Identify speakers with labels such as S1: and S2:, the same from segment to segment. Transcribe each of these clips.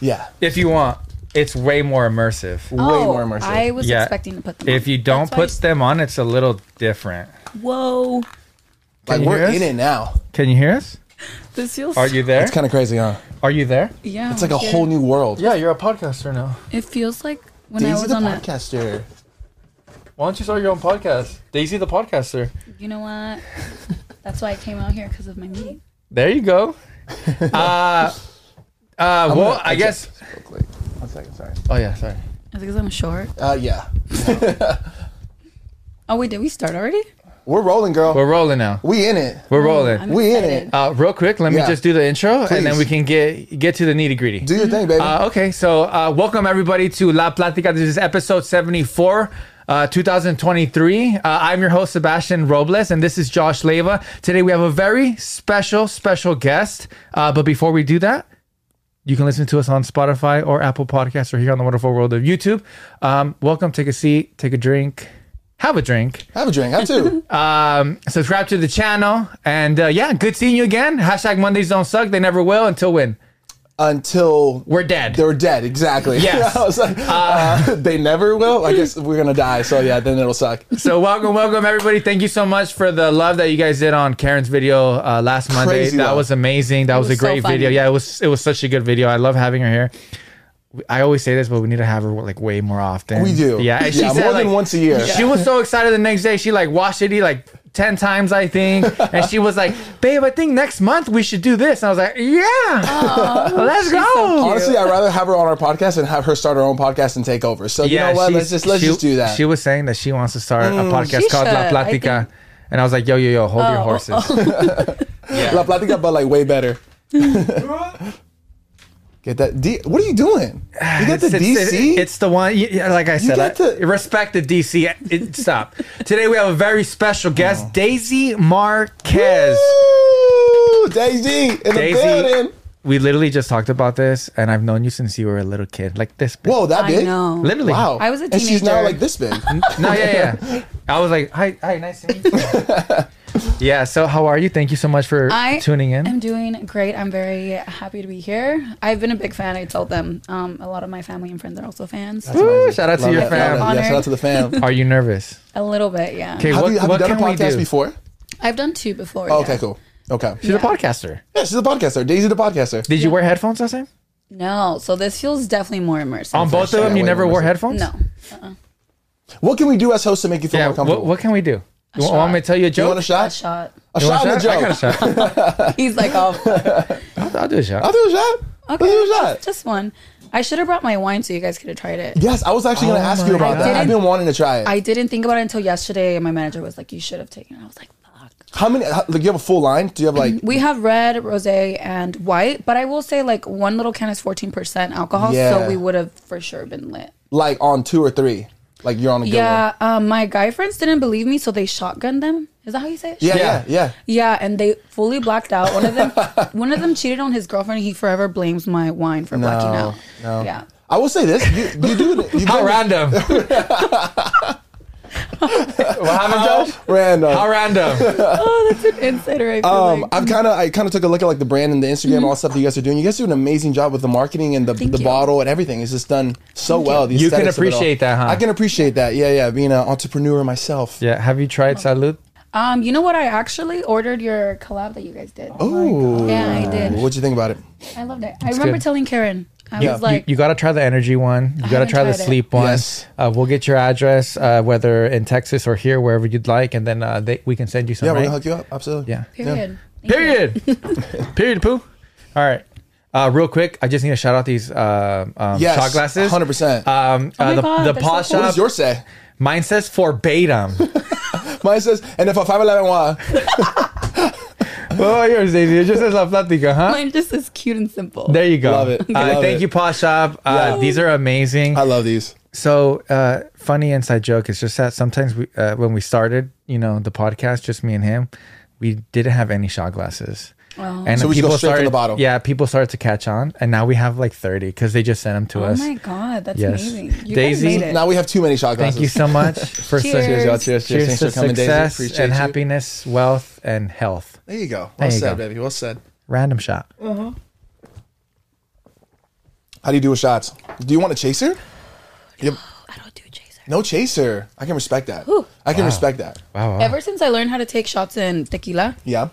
S1: Yeah.
S2: if you want. It's way more immersive.
S1: Way more immersive.
S3: Oh, I was
S2: Yeah.
S3: expecting to put them.
S2: If
S3: on.
S2: you don't
S3: That's why I
S2: put them on, it's a little different.
S3: s- whoa,
S1: like
S2: you
S1: we're
S2: hear us?
S1: in it now.
S2: Can you hear us?
S3: this feels.
S2: Are you there?
S1: It's kind of crazy, huh?
S2: Are you there?
S3: yeah,
S1: It's like a
S3: we're
S1: whole
S3: here.
S1: new world.
S2: Yeah, you're a podcaster now.
S3: It feels like when I
S1: Daisy
S3: was
S1: the
S3: on a.
S1: podcaster.
S2: Why don't you start your own podcast? Daisy the podcaster.
S3: You know what? That's why I came out here because of my meeting.
S2: There you go. uh, uh, well,
S1: gonna-
S2: I guess.
S1: Real quick. One second, sorry.
S2: Oh yeah, sorry.
S3: Is it because I'm short?
S1: Uh, yeah.
S3: Oh wait, did we start already?
S1: We're rolling, girl.
S2: We're rolling now.
S1: We in it.
S2: We're
S3: Oh, I'm
S2: rolling.
S1: We in
S3: excited.
S1: it.
S2: Uh, real quick, let me
S1: Yeah.
S2: just do the intro, and then
S1: Please.
S2: we can get get to the nitty gritty.
S1: Do your thing, baby.
S2: Uh, okay, so uh, welcome everybody to La Platica. This is episode 74. Uh, 2023. Uh, I'm your host Sebastian Robles, and this is Josh Leva. Today we have a very special, special guest. Uh, but before we do that, you can listen to us on Spotify or Apple Podcasts or here on the wonderful world of YouTube. Um, welcome. Take a seat. Take a drink. Have a drink.
S1: have a drink. Have two.
S2: Um, subscribe to the channel, and uh, yeah, good seeing you again. Hashtag Mondays don't suck. They never will until when
S1: Until
S2: we're dead.
S1: they were dead. Exactly.
S2: Yes.
S1: I was like, uh, they never will. I guess we're gonna die. So yeah, then it'll suck.
S2: So welcome, welcome everybody. Thank you so much for the love that you guys did on Karen's video uh, last Monday.
S1: Crazy
S2: that
S1: love.
S2: was amazing. That was,
S3: was
S2: a
S3: so
S2: great
S3: funny.
S2: video. Yeah, it was it was such a good video. I love having her here. I always say this, but we need to have her like way more often.
S1: We do.
S2: Yeah, and she
S1: Yeah,
S2: said,
S1: more
S2: like,
S1: than once a year.
S2: She was so excited the next day. She like watched it like ten times, I think, and she was like, "Babe, I think next month we should do this." And I was like, "Yeah, let's go."
S1: Honestly, I'd rather have her on our podcast and have her start her own podcast and take over. So you know what? Let's
S2: she's-
S1: just let's
S2: she-
S1: just do that.
S2: She was saying that she wants to start a podcast
S3: Mm, She
S2: called La
S3: should, I
S2: Platica,
S3: think-
S2: and I was like, "Yo, yo, yo, hold your
S3: Oh,
S2: horses."
S1: La Platica, but like way better. Get that? D- what are you doing? You got the
S2: It's-
S1: DC.
S2: it's- it- it's the one. y- y- Like I said,
S1: got
S2: I-
S1: the-
S2: respect the DC. It- stop. Today we have a very
S1: Oh.
S2: special guest, Daisy Marquez.
S1: Woo! Daisy in
S2: Daisy.
S1: the building.
S2: We literally just talked about this, and I've known you since you were a little kid, like this. Big.
S1: Whoa, that
S3: I
S1: big.
S3: know.
S2: Literally.
S1: Wow.
S3: I was a
S1: And she's now
S3: teenager.
S1: like this big.
S2: No, yeah, yeah. I was like, hi, hi, nice to meet you. yeah. So, how are you? Thank you so much for
S3: I
S2: tuning in.
S3: I'm doing great. I'm very happy to be here. I've been a big fan. I told them. Um, a lot of my family and friends are also fans.
S2: Woo, shout out to
S1: Love
S2: your
S1: that, love
S2: fam.
S1: that. Yeah, shout out to the fam.
S2: Are you nervous?
S3: A little bit, yeah.
S2: Okay,
S1: have
S2: what,
S1: you, have you
S2: what
S1: done a
S2: can we
S1: podcast
S2: do?
S1: before?
S3: I've done two before.
S1: Oh,
S3: yeah.
S1: okay, cool. Okay.
S2: She's a podcaster.
S1: Yeah, she's a podcaster. Daisy the podcaster.
S2: Did you wear headphones last time?
S3: No, so this feels definitely more immersive.
S2: On both of
S1: sure.
S2: them, you
S1: Yeah,
S2: never
S1: wait,
S2: wore
S1: wait.
S2: headphones.
S3: no.
S1: What can we do as hosts to make you feel
S2: Yeah.
S1: more comfortable?
S2: What, what can we do? You want, want me to tell you a
S1: you
S2: joke?
S1: want a
S3: A
S1: shot?
S3: shot.
S1: A
S2: You
S1: shot and
S2: want
S1: a
S2: I got a
S1: joke.
S2: shot.
S3: He's like, oh,
S2: I'll, I'll do a shot.
S1: I'll do a shot. Let's do a shot.
S3: just one. I should have brought my wine so you guys could have tried it.
S1: Yes, I was actually going
S2: Oh
S1: to ask you
S2: my
S1: about that.
S3: God.
S1: I've been wanting to try it.
S3: I didn't think about it until yesterday, and my manager was like, "You should have taken." it. I was like, "Fuck."
S1: How many? How, like, you have a full line? Do you have like?
S3: We have red, rosé, and white, but I will say like one little can is fourteen percent alcohol,
S1: Yeah.
S3: so we would have for sure been lit.
S1: like on two or three. Like you're on a good one.
S3: Yeah, um, my guy friends didn't believe me, so they shotgunned them. Is that how you say it?
S1: Yeah,
S2: Yeah.
S1: yeah, yeah.
S3: Yeah, and they fully blacked out. One of them, one of them cheated on his girlfriend. He forever blames my wine for blacking out.
S1: no.
S3: Yeah.
S1: I will say this: you, you do you
S2: How
S1: do-
S2: random. what happened, Josh?
S1: random.
S2: How random.
S3: Oh, that's an insider. I feel
S1: um,
S3: like.
S1: I've kind of I kind of took a look at like the brand and the Instagram, all the stuff that you guys are doing. You guys do an amazing job with the marketing and the,
S3: Thank
S1: the
S3: you.
S1: bottle and everything. It's just done so well. The
S2: You can
S1: aesthetics of it all.
S2: appreciate that, huh?
S1: I can appreciate that. Yeah, yeah. Being an entrepreneur myself.
S2: Yeah. Have you tried salud?
S3: Um, you know what? I actually ordered your collab that you guys did.
S1: Oh Ooh.
S3: Yeah, I did.
S1: What'd you think about it?
S3: I loved it. I remember
S2: good.
S3: telling Karen, I
S1: Yeah.
S3: was
S1: You-
S3: like,
S2: you, you got to try the energy one. You got to
S3: haven't
S2: try the
S3: tried it.
S2: sleep one.
S1: Yes.
S2: Uh, we'll get your address, uh, whether in Texas or here, wherever you'd like, and then uh, they, we can send you some.
S1: Yeah, we're
S2: right?
S1: gonna hook you up. Absolutely.
S2: Yeah.
S3: period. Thank you.
S2: Period. Period. Poo. All right. Uh, real quick, I just need to shout out these uh, um,
S1: Yes,
S2: shot glasses.
S1: 100%.
S2: Um,
S3: Oh my
S2: uh, the
S3: God,
S2: the
S3: they're so
S2: paw
S3: cool.
S1: What
S2: shop.
S1: does yours say?
S2: Mine says verbatim.
S1: Mine says, and if a five eleven one.
S2: oh, yours, Daisy. It just says la plática, huh?
S3: Mine just is cute and simple.
S2: there you go.
S1: Love it.
S2: Uh,
S1: Love
S2: thank
S1: it.
S2: you, Paw Shop. Uh,
S1: Yeah. Uh,
S2: These are amazing.
S1: I love these.
S2: So, uh, funny inside joke. It's just that sometimes we, uh, when we started, you know, the podcast, just me and him, we didn't have any shot glasses.
S3: Oh.
S2: And
S1: So we should go straight from
S2: started,
S1: the bottle.
S2: Yeah, people started to catch on, and now we have like thirty because they just sent them to
S3: Oh
S2: us.
S3: my god, that's
S2: Yes.
S3: amazing. You
S2: Daisy?
S3: guys made it.
S1: Now we have too many shot glasses.
S2: Thank you so much for su-
S3: Cheers. Cheers, y'all.
S1: Cheers, cheers.
S2: cheers
S1: Thanks
S2: to
S1: for coming, Daisy.
S2: success
S1: Appreciate
S2: and
S1: you.
S2: happiness, wealth, and health.
S1: There you go. Well
S2: There you
S1: said,
S2: go.
S1: baby. Well said.
S2: Random shot.
S1: How do you do with shots? Do you want a chaser? You have-
S3: I don't do chaser.
S1: no chaser. I can respect that. I can respect that.
S2: Wow. wow.
S3: Ever since I learned how to take shots in tequila,
S1: Yeah.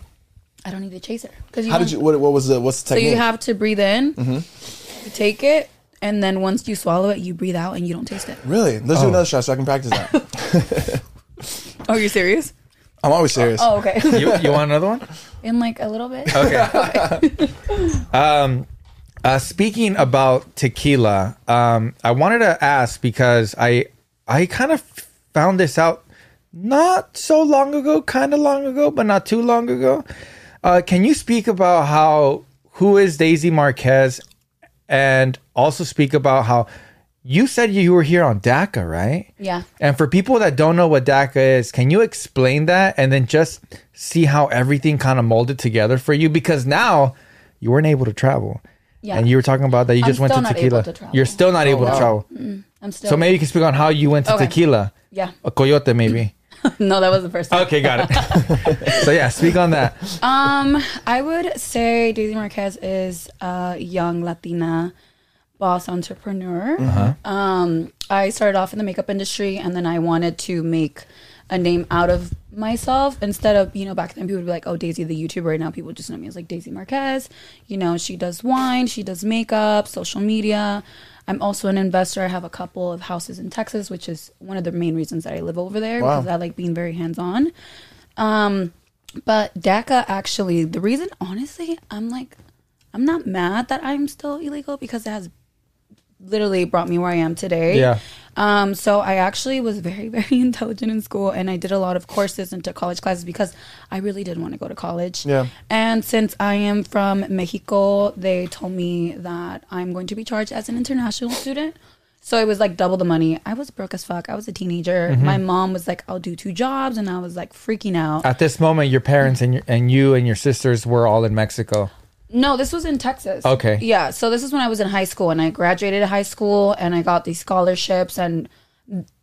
S3: I don't need a chaser. Because
S1: How did you? Mm-hmm. What, what was the? What's the
S3: So
S1: technique?
S3: you have to breathe in,
S2: Mm-hmm.
S3: you take it, and then once you swallow it, you breathe out and you don't taste it.
S1: really? Let's
S2: Oh.
S1: do another shot so I can practice that.
S3: Oh, you're serious?
S1: I'm always serious.
S3: Oh, okay.
S2: you, you want another one?
S3: in like a little bit.
S2: Uh, speaking about tequila, um, I wanted to ask because I I kind of found this out not so long ago, kind of long ago, but not too long ago. Uh, can you speak about how who is Daisy Marquez, and also speak about how you said you were here on DACA, right?
S3: Yeah.
S2: And for people that don't know what DACA is, can you explain that and then just see how everything kind of molded together for you? Because now you weren't able to travel.
S3: Yeah.
S2: And you were talking about that you
S3: I'm
S2: just went
S3: still
S2: to
S3: not able
S2: tequila.
S3: to travel.
S2: You're still not able to travel.
S3: I'm still.
S2: So maybe you can speak on how you went to
S3: Okay.
S2: tequila.
S3: Yeah.
S2: A coyote, maybe.
S3: No, that was the first time.
S2: okay, got it. so yeah, speak on that.
S3: Um, I would say Daisy Marquez is a young Latina boss entrepreneur. Um, I started off in the makeup industry, and then I wanted to make a name out of myself instead of you know back then people would be like, "Oh, Daisy the YouTuber." Now people just know me as like Daisy Marquez. You know, she does wine, she does makeup, social media. I'm also an investor. I have a couple of houses in Texas, which is one of the main reasons that I live over there
S1: Wow.
S3: because I like being very hands on. Um, but DACA actually, the reason, honestly, I'm like, I'm not mad that I'm still illegal because it has literally brought me where I am today.
S2: Yeah.
S3: Um, so I actually was very, very intelligent in school and I did a lot of courses and took college classes because I really did want to go to college.
S1: Yeah.
S3: And since I am from Mexico, they told me that I'm going to be charged as an international student. So it was like double the money. I was broke as fuck. I was a teenager. My mom was like, I'll do two jobs. And I was like freaking out.
S2: At this moment, your parents and your, and you and your sisters were all in Mexico.
S3: No, this was in Texas.
S2: Okay.
S3: Yeah. So this is when I was in high school and I graduated high school and I got these scholarships and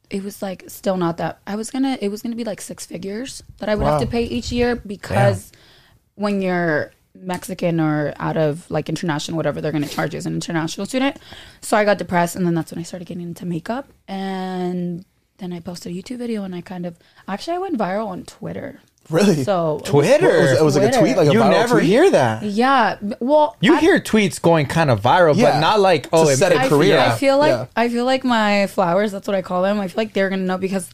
S3: it was like still not that I was gonna it was gonna be like six figures that I would have to
S1: Wow.
S3: pay each year because when you're Mexican or out of like international, whatever they're gonna charge you as an international student. So I got depressed and then that's when I started getting into makeup and then I posted a YouTube video and I kind of actually I went viral on Twitter.
S1: Really?
S3: So
S2: Twitter.
S1: What was, it was like a
S3: Twitter.
S1: tweet, like
S2: you
S1: a viral
S2: never
S1: tweet?
S2: hear that.
S3: Yeah. b- Well
S2: You
S3: I-
S2: hear tweets going kind of viral, but
S1: Yeah.
S2: not like oh,
S1: To
S2: it,
S1: set it
S3: I
S1: career.
S3: Feel,
S1: Yeah.
S3: I feel like
S1: Yeah.
S3: I feel like my flowers. That's what I call them. I feel like they're gonna know because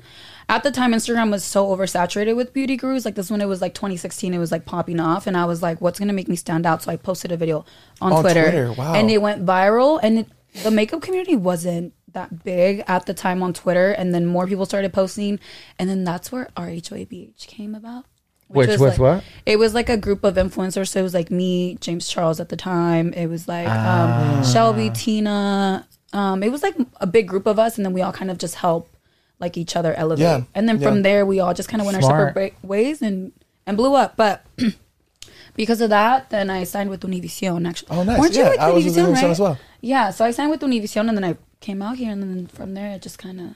S3: at the time Instagram was so oversaturated with beauty gurus. Like this one, it was like 2016. It was like popping off, and I was like, "What's gonna make me stand out?" So I posted a video on,
S1: On
S3: Twitter,
S1: Twitter, wow.
S3: and it went viral. And it, the makeup community wasn't that big at the time on Twitter, and then more people started posting, and then that's where RHOABH came about.
S2: Which
S3: was like,
S2: with what?
S3: It was like a group of influencers. So it was like me, James Charles at the time. It was like um,
S2: Ah.
S3: Shelby, Tina. Um, it was like a big group of us, and then we all kind of just help like each other elevate.
S1: Yeah,
S3: And then from
S1: yeah.
S3: there, we all just kind of went our
S2: Smart.
S3: separate ba- ways and and blew up. But because of that, then I signed with Univision. Actually,
S1: Oh, nice.
S3: Weren't
S1: Yeah,
S3: you with
S1: I was with
S3: Univision,
S1: Univision
S3: right?
S1: as well.
S3: Yeah, so I signed with Univision, and then I came out here, and then from there, it just kind of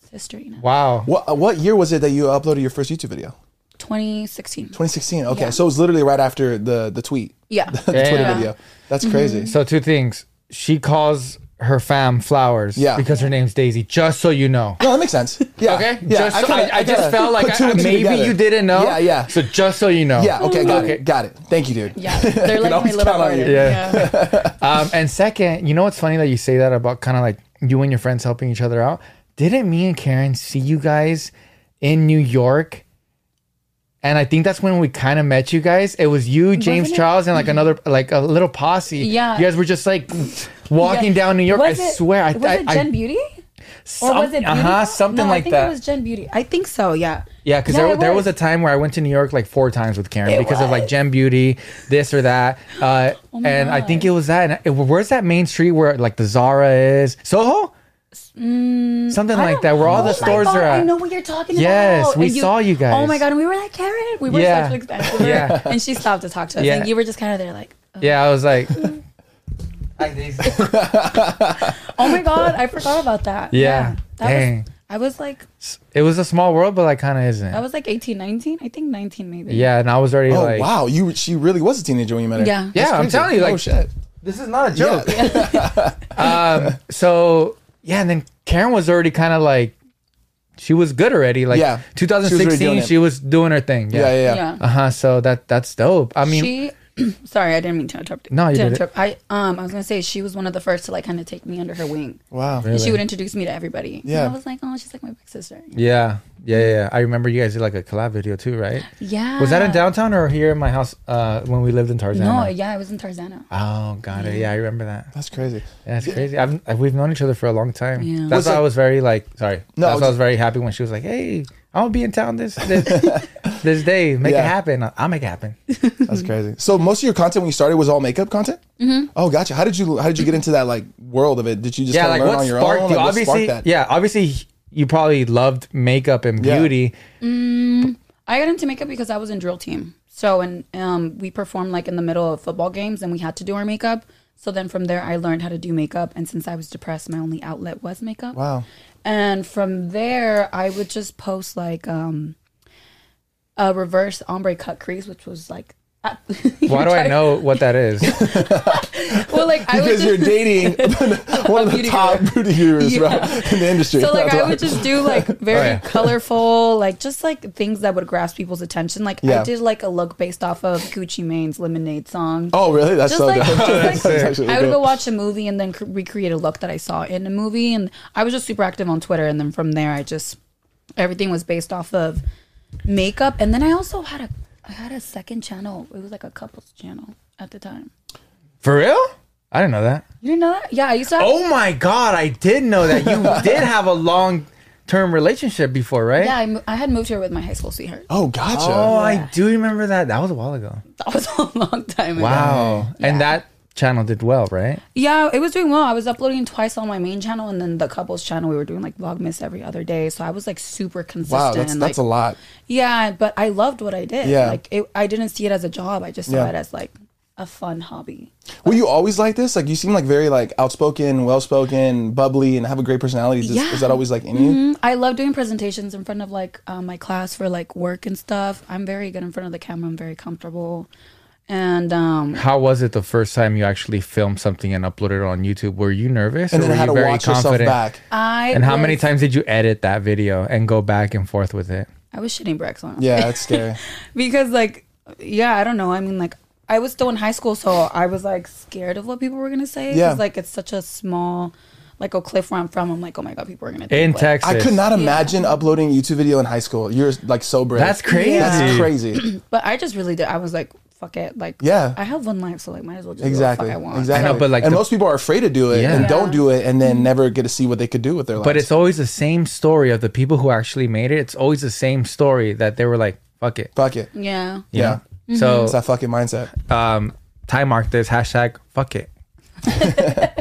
S3: it's history. You know?
S2: Wow.
S1: What What year was it that you uploaded your first YouTube video?
S3: 2016.
S1: 2016. Okay,
S3: Yeah.
S1: so it was literally right after the the tweet,
S3: Yeah.
S1: the Twitter
S2: Yeah.
S1: video. That's crazy.
S3: Mm-hmm.
S2: So two things. She calls her fam flowers.
S1: Yeah.
S2: Because her name's Daisy. Just so you know.
S1: No, that makes sense. Yeah.
S2: Okay.
S1: Yeah.
S2: Just so- I,
S1: kinda-
S2: I just
S1: kinda
S2: felt like
S1: put two
S2: I,
S1: and two
S2: maybe
S1: together.
S2: you didn't know.
S1: Yeah. Yeah.
S2: So just so you know.
S1: yeah. Okay. Got
S2: Oh. Okay.
S1: it. Got it. Thank you, dude.
S3: Yeah, they're like my
S1: always
S3: little
S1: count on you.
S3: garden.
S2: Yeah.
S3: Yeah.
S2: Um, and second, you know what's funny that you say that about kind of like you and your friends helping each other out. Didn't me and Karen see you guys in New York? And I think that's when we kind of met you guys. It was you, James
S3: Wasn't it- Mm-hmm.
S2: Charles, and like another, like a little posse.
S3: Yeah.
S2: You guys were just like walking down New York.
S3: Was
S2: I
S3: it-
S2: swear. I,
S3: was
S2: I,
S3: it Gen
S2: I,
S3: Beauty? Or
S2: some-
S3: was it Beauty
S2: uh-huh,
S3: Pop?
S2: something
S3: no, I
S2: like
S3: think
S2: that.
S3: It was Gen Beauty. I think so. Yeah.
S2: Yeah, because
S3: No,
S2: there,
S3: it
S2: there was a time where I went to New York like four times with Karen
S3: It
S2: because of like
S3: was. Oh
S2: Gem Beauty, this or that. Uh, and I think it was that. And it, where's that main street where like the Zara is? Soho? Something
S3: I
S2: like
S3: don't-
S2: that, where all
S3: Oh
S2: the
S3: my
S2: stores
S3: God,
S2: are
S3: I
S2: at.
S3: know what you're talking
S2: Yes,
S3: about.
S2: we
S3: And
S2: saw you guys.
S3: Oh my God, and we were like, Karen, we were
S2: Yeah.
S3: such expensive.
S2: Yeah.
S3: And she stopped to talk to us.
S2: Yeah.
S3: And you were just kind of there like,
S2: Yeah, I was like, Hi, Daisy.
S3: oh my God, I forgot about that.
S2: Yeah.
S3: That
S2: Dang.
S3: Was, I was like,
S2: it was a small world, but like kind of isn't.
S3: I was like 18, 19. I think 19 maybe.
S2: yeah, and I was already
S1: Oh
S2: like,
S1: wow, you she really was a teenager when you met her.
S3: Yeah.
S2: Yeah, I'm
S1: crazy.
S2: telling you,
S1: oh
S2: like-
S1: shit.
S2: This is not a joke. um, so yeah, and then Karen was already kind of like, she was good already. Like
S1: Yeah. She was already doing
S2: 2016, she was,
S1: it.
S2: doing her thing.
S1: Yeah, yeah, yeah.
S3: Yeah.
S2: Uh huh. So that that's dope. I mean,
S3: she. sorry, I didn't mean to interrupt.
S2: No, you
S3: to
S2: did it.
S3: interrupt. I um, I was gonna say she was one of the first to like kind of take me under her wing.
S1: Wow.
S3: And She would introduce me to everybody.
S1: Yeah.
S3: and I was like, oh, she's like my big sister.
S2: yeah, yeah, yeah, yeah. I remember you guys did like a collab video too, right?
S3: Yeah.
S2: Was that in downtown or here in my house uh, when we lived in Tarzan?
S3: No, yeah, I was in Tarzana.
S2: Oh, got it. Yeah, I remember that.
S1: That's crazy.
S2: That's crazy. I've, I've- we've known each other for a long time.
S3: Yeah.
S2: That's
S1: Was
S2: why I
S1: it-
S2: was very like sorry.
S1: No, I
S2: that's why I was
S1: was-
S2: very happy when she was like, "Hey, I'm gonna be in town this this, this day. Make it
S1: Yeah.
S2: happen. I'll make it happen."
S3: Mm-hmm.
S1: That's crazy. So most of your content when you started was all makeup content. Mm-hmm. Oh, gotcha. How did you How did you get into that like world of it? Did you just
S2: yeah,
S1: kinda
S2: like
S1: learn
S2: what
S1: on your
S2: sparked
S1: own?
S2: you?
S1: Like, what
S2: obviously,
S1: sparked that?
S2: yeah, obviously you probably loved makeup and
S1: Yeah.
S2: beauty.
S3: I got into makeup because I was in drill team. So and um, we performed like in the middle of football games, and we had to do our makeup. So then from there, I learned how to do makeup. And since I was depressed, my only outlet was makeup.
S1: Wow.
S3: And from there, I would just post like um, a reverse ombre cut crease, which was like.
S2: Why do I know what that is?
S3: Well, like I would
S1: Because you're
S3: just,
S1: dating one of the
S3: beauty
S1: top
S3: guru.
S1: beauty gurus
S3: Yeah.
S1: right, in the industry.
S3: so like
S1: That's
S3: I
S1: why.
S3: would just do like very
S2: yeah.
S3: colorful, like just like things that would grasp people's attention. Like I
S1: Yeah.
S3: did like a look based off of Gucci Mane's Lemonade song.
S1: Oh, really? That's
S3: Just
S1: so
S3: like,
S1: dope.
S3: just
S1: That's
S3: like
S1: actually
S3: I would
S1: dope.
S3: go watch a movie and then cr- recreate a look that I saw in a movie, and I was just super active on Twitter. And then from there, I just everything was based off of makeup. And then I also had a I had a second channel. It was like a couples channel at the time.
S2: for real? I didn't know that.
S3: You didn't know that? Yeah, I used to. Have,
S2: Oh my god, I did know that. You did have a long term relationship before, right?
S3: Yeah, I, mo- I had moved here with my high school sweetheart.
S1: Oh, gotcha.
S2: Oh, I do remember that. That was a while ago.
S3: That was a long time ago.
S2: Wow. And that channel did well, right?
S3: Yeah, it was doing well. I was uploading twice on my main channel and then the couples channel. We were doing like Vlogmas every other day, so I was like super consistent.
S1: wow, that's
S3: and,
S1: that's a
S3: like,
S1: lot.
S3: Yeah, but I loved what I did.
S1: Yeah.
S3: like it, I didn't see it as a job. I just saw
S1: Yeah.
S3: it as like a fun hobby.
S1: Were you always like this? Like you seem like very like outspoken, well spoken, bubbly, and have a great personality. Is,
S3: Yeah.
S1: is that always like in you?
S3: Mm, I love doing presentations in front of like uh, my class for like work and stuff. I'm very good in front of the camera. I'm very comfortable, and um,
S2: How was it the first time you actually filmed something and uploaded it on YouTube? Were you nervous?
S1: And
S2: or
S1: then
S2: were
S1: how
S2: you
S1: to watch yourself back.
S3: I
S2: And how many
S3: was-
S2: times did you edit that video and go back and forth with it?
S3: I was shitting bricks on.
S1: Yeah, that's scary.
S3: because like yeah i don't know i mean like i was still in high school so i was like scared of what people were gonna say 'cause,
S1: Yeah.
S3: like it's such a small like a cliff where i'm from i'm like oh my god people are gonna
S2: In
S3: think, like-
S2: Texas.
S1: I could not imagine uploading a YouTube video in high school. You're like so brave.
S2: That's crazy.
S1: That's crazy.
S3: but i just really did i was like fuck it like
S1: Yeah.
S3: i have one life so like might as well just exactly do what
S1: exactly.
S3: the fuck i want
S1: Exactly.
S2: I know, but, like,
S1: and
S2: the-
S1: most people are afraid to do it
S2: Yeah.
S1: and
S2: Yeah.
S1: don't do it, and
S3: Mm-hmm.
S1: then never get to see what they could do with their lives.
S2: But it's always the same story of the people who actually made it. It's always the same story that they were like, fuck it.
S1: fuck it.
S3: yeah
S2: you
S1: Yeah.
S2: know? So
S1: It's that fucking mindset.
S2: um, time mark this hashtag fuck it.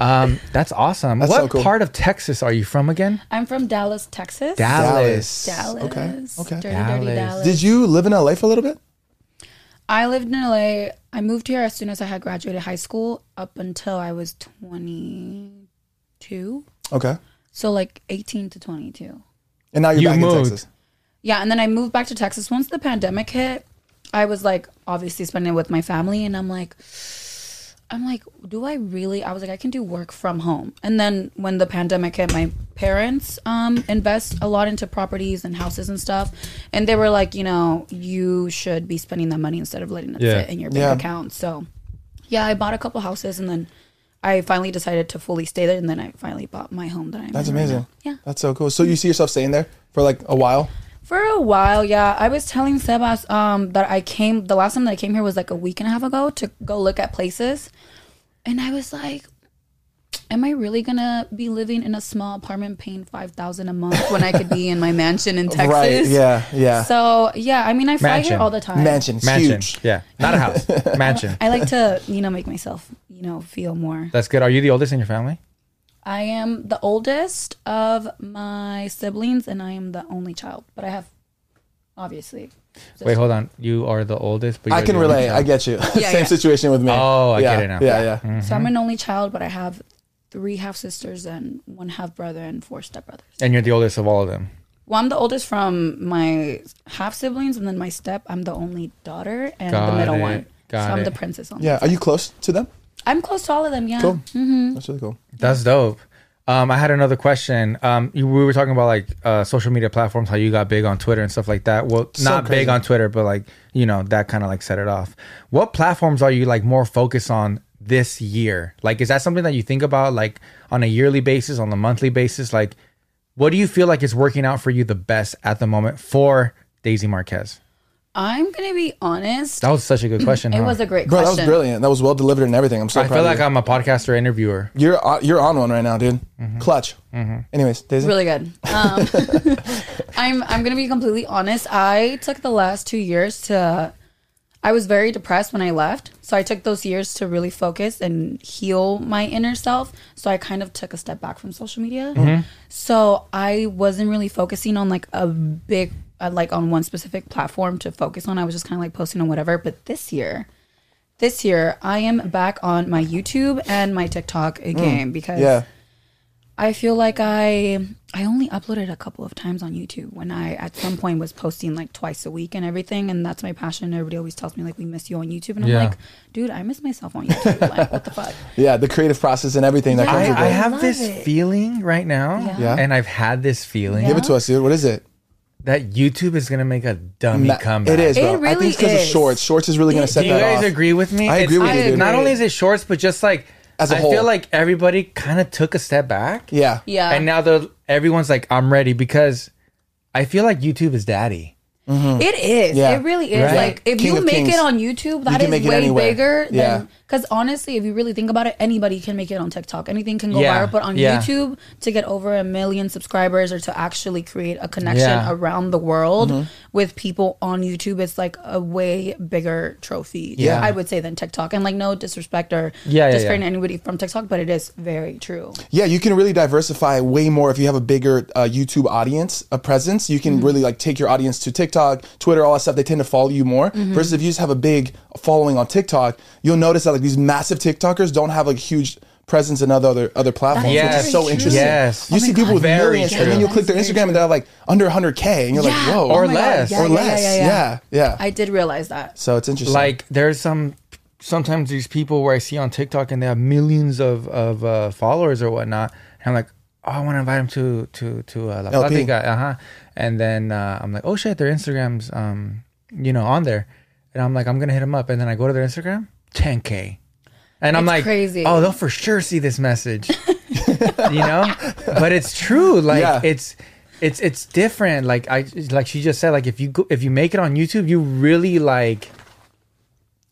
S2: um, that's awesome.
S1: That's
S2: what
S1: so cool.
S2: part of Texas are you from again?
S3: i'm from dallas texas
S2: Dallas.
S3: dallas
S1: Okay. Okay.
S3: dirty
S2: Dallas.
S3: dirty dallas
S1: Did you live in LA for a little bit?
S3: i lived in la i moved here as soon as i had graduated high school up until i was 22
S1: Okay.
S3: so like 18 to 22
S1: And now you're
S2: You
S1: back in
S2: moved.
S1: Texas.
S3: Yeah, and then I moved back to Texas once the pandemic hit. I was like obviously spending it with my family and I'm like I'm like, do I really I was like I can do work from home. And then when the pandemic hit, my parents um invest a lot into properties and houses and stuff and they were like, you know, you should be spending that money instead of letting it
S2: Yeah.
S3: sit in your bank
S1: Yeah.
S3: account. So yeah, I bought a couple houses and then I finally decided to fully stay there and then I finally bought my home that I'm
S1: That's
S3: in right now.
S1: amazing.
S3: Yeah.
S1: That's so cool. So you see yourself staying there for like a while?
S3: For a while, yeah. I was telling Sebas um, that I came, the last time that I came here was like a week and a half ago to go look at places. And I was like, am I really going to be living in a small apartment paying 5000 a month when I could be in my mansion in Texas?
S1: Right. Yeah. Yeah.
S3: So, yeah, I mean, I fly
S2: Mansion.
S3: here all the time.
S1: Mansion. It's
S2: Mansion.
S1: huge.
S2: Yeah. Not a house. Mansion.
S3: I like to, you know, make myself, you know, feel more.
S2: That's good. Are you the oldest in your family?
S3: I am the oldest of my siblings and I am the only child, but I have obviously
S2: Wait, hold on. You are the oldest, but
S1: I
S2: you're
S1: can
S2: the only
S1: relate. I
S2: child.
S1: get you. Same
S3: yeah.
S1: situation with me.
S2: Oh, I
S1: yeah.
S2: get it now.
S1: Yeah. Yeah.
S3: So I'm an only child, but I have three half sisters and one half brother and four stepbrothers.
S2: and you're the oldest of all of them.
S3: Well, I'm the oldest from my half siblings, and then my step. I'm the only daughter and
S2: Got
S3: the middle
S2: it.
S3: one.
S2: Got
S3: so I'm
S2: it.
S3: the princess. On
S1: Yeah. Are you close to them?
S3: I'm close to all of them. Yeah.
S1: Cool.
S3: mm-hmm.
S1: That's really cool.
S2: That's dope. Um, I had another question. Um, you, we were talking about like uh, social media platforms, how you got big on Twitter and stuff like that. Well,
S1: So
S2: not
S1: crazy.
S2: big on Twitter, but like you know that kind of like set it off. What platforms are you like more focused on this year? Like, is that something that you think about like on a yearly basis, on a monthly basis? Like, what do you feel like is working out for you the best at the moment for Daisy Marquez?
S3: I'm gonna be honest.
S2: That was such a good question.
S3: Mm, It
S2: huh?
S3: was a great
S1: Bro, that
S3: question.
S1: was brilliant. That was well delivered and everything. I'm so
S2: I
S1: proud
S2: feel
S1: of
S2: like
S1: you.
S2: I'm a podcaster interviewer.
S1: you're on, you're on one right now, dude.
S2: Mm-hmm.
S1: Clutch. Anyways, Daisy.
S3: Really good. Um, I'm I'm gonna be completely honest. I took the last two years to. I was very depressed when I left, so I took those years to really focus and heal my inner self. So I kind of took a step back from social media. So I wasn't really focusing on like a big, uh, like on one specific platform to focus on. I was just kind of like posting on whatever. But this year, this year, I am back on my YouTube and my TikTok again because
S1: Yeah.
S3: I feel like I I only uploaded a couple of times on YouTube when I at some point was posting like twice a week and everything and that's my passion. Everybody always tells me like we miss you on YouTube and I'm
S2: Yeah.
S3: like, dude, I miss myself on YouTube. like what the fuck?
S1: Yeah. The creative process and everything that comes
S2: I,
S1: with it.
S2: I have
S3: Love
S2: this
S3: it.
S2: feeling right now,
S3: Yeah.
S2: and I've had this feeling
S1: Give it to us, dude. What is it?
S2: that YouTube is gonna make a dummy
S1: Ma-
S2: comeback.
S1: It is,
S3: It
S1: bro. I
S3: really
S1: think it's because of
S3: is.
S1: shorts. Shorts is really going to set
S2: Do you
S1: that
S2: guys
S1: off.
S2: agree with me?
S1: I agree
S2: It's-
S1: with you,
S3: I
S1: dude.
S3: agree.
S2: Not only is it shorts, but just like
S1: As a
S2: I
S1: whole.
S2: feel like everybody kind of took a step back.
S1: Yeah.
S3: Yeah.
S2: And now the everyone's like, I'm ready because I feel like YouTube is daddy.
S3: It is.
S1: Yeah.
S3: It really is.
S2: Right.
S3: Like if
S1: King
S3: you
S1: of
S3: make
S1: Kings.
S3: it on YouTube, that
S1: can
S3: is
S1: make it
S3: way
S1: anywhere.
S3: bigger
S1: Yeah.
S3: than because honestly, if you really think about it, anybody can make it on TikTok. Anything can go
S2: Yeah.
S3: viral, but on
S2: Yeah.
S3: YouTube to get over a million subscribers or to actually create a connection
S2: Yeah.
S3: around the world with people on YouTube, it's like a way bigger trophy.
S2: Yeah.
S3: I would say than TikTok. And like no disrespect or
S2: Yeah, yeah,
S3: discredit
S2: yeah.
S3: anybody from TikTok, but it is very true.
S1: Yeah, you can really diversify way more if you have a bigger uh, YouTube audience, a presence. You can
S3: Mm-hmm.
S1: really like take your audience to TikTok, Twitter, all that stuff. They tend to follow you more.
S3: Mm-hmm.
S1: Versus if you just have a big following on TikTok, you'll notice that like these massive TikTokers don't have like huge presence in other other, other platforms, which
S2: Yes.
S1: is so
S2: Very
S1: interesting.
S2: true. Yes.
S1: You
S2: Oh
S1: see
S2: my
S1: people
S2: God.
S1: with
S2: Very
S1: millions,
S2: true.
S1: and then you'll click their
S3: That's very
S1: Instagram and they're like under 100k, and you're like, whoa,
S2: Or
S3: Oh my God.
S2: less.
S3: Yeah,
S1: or
S3: yeah,
S1: less. Yeah yeah,
S3: I did realize that.
S1: so it's interesting.
S2: Like there's some sometimes these people where I see on TikTok and they have millions of of uh, followers or whatnot, and I'm like, oh, I want to invite them to to to uh, La
S1: LP.
S2: Platica, uh huh. And then uh, I'm like, oh shit, their Instagrams, um, you know, on there, and I'm like, I'm gonna hit them up, and then I go to their Instagram, 10k. And I'm
S3: It's
S2: like,
S3: crazy.
S2: oh, they'll for sure see this message, you know. But it's true, like
S1: Yeah.
S2: it's, it's, it's different. Like I, like she just said, like if you go, if you make it on YouTube, you really like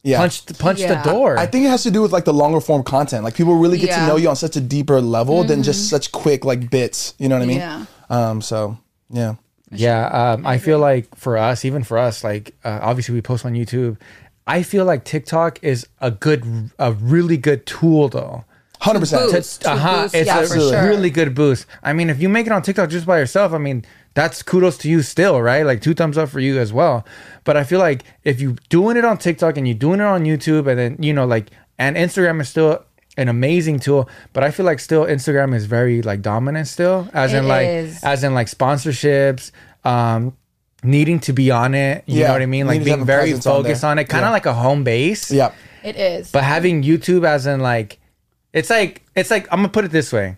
S1: yeah.
S2: punch th- punch
S3: Yeah.
S2: the door.
S1: I think it has to do with like the longer form content. Like people really get to
S3: Yeah. Mm-hmm.
S1: know you on such a deeper level than just such quick like bits. You know what I mean?
S3: Yeah.
S1: Um. So yeah.
S2: yeah, um, I feel like for us, even for us, like uh, obviously we post on YouTube. I feel like TikTok is a good, a really good tool though.
S1: Hundred percent.
S3: Boost. To boost,
S2: it's
S3: yeah,
S2: a
S3: for sure.
S2: really good boost. I mean, if you make it on TikTok just by yourself, I mean that's kudos to you still, right? Like two thumbs up for you as well. But I feel like if you doing it on TikTok and you doing it on YouTube, and then you know, like, and Instagram is still an amazing tool, but I feel like still Instagram is very like dominant still, as in
S3: It
S2: like
S3: is.
S2: as in like sponsorships. Um, needing to be on it you
S1: Yeah,
S2: know what i mean like
S1: needing to have
S2: being
S1: a
S2: very
S1: presence on
S2: focused
S1: there.
S2: on, it kind of
S1: Yeah.
S2: like a home base
S1: Yeah.
S3: It is.
S2: but having YouTube as in like, it's like it's like I'm gonna put it this way.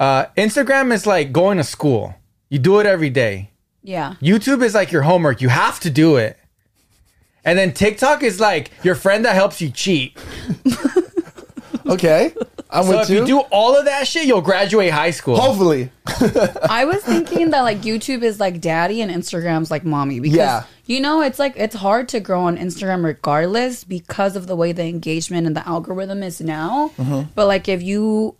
S2: Uh, Instagram is like going to school. You do it every day.
S3: yeah.
S2: YouTube is like your homework. You have to do it. And then TikTok is like your friend that helps you cheat.
S1: Okay. I'm
S2: So
S1: with
S2: if you
S1: you.
S2: do all of that shit, you'll graduate high school.
S1: Hopefully.
S3: I was thinking that like YouTube is like daddy and Instagram's like mommy because
S1: Yeah.
S3: you know it's like it's hard to grow on Instagram regardless because of the way the engagement and the algorithm is now.
S1: Mm-hmm.
S3: But like if you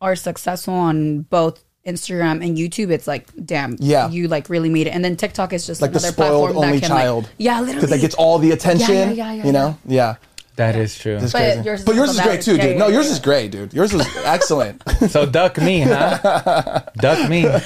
S3: are successful on both Instagram and YouTube, it's like damn,
S1: Yeah.
S3: you like really made it. And then TikTok is just
S1: Like the
S3: another
S1: spoiled
S3: platform that
S1: only
S3: can
S1: child.
S3: like yeah,
S1: Because
S3: literally
S1: that gets all the attention.
S3: yeah, yeah,
S1: you know. Yeah.
S2: That is true.
S1: It's
S3: But
S1: crazy.
S3: yours is
S1: but yours
S3: the
S1: is great
S3: valid-
S1: too,
S3: yeah,
S1: dude.
S3: yeah,
S1: no,
S3: yeah,
S1: yours
S3: yeah.
S1: is great, dude. Yours was excellent.
S2: So duck me, huh? duck me.
S1: I,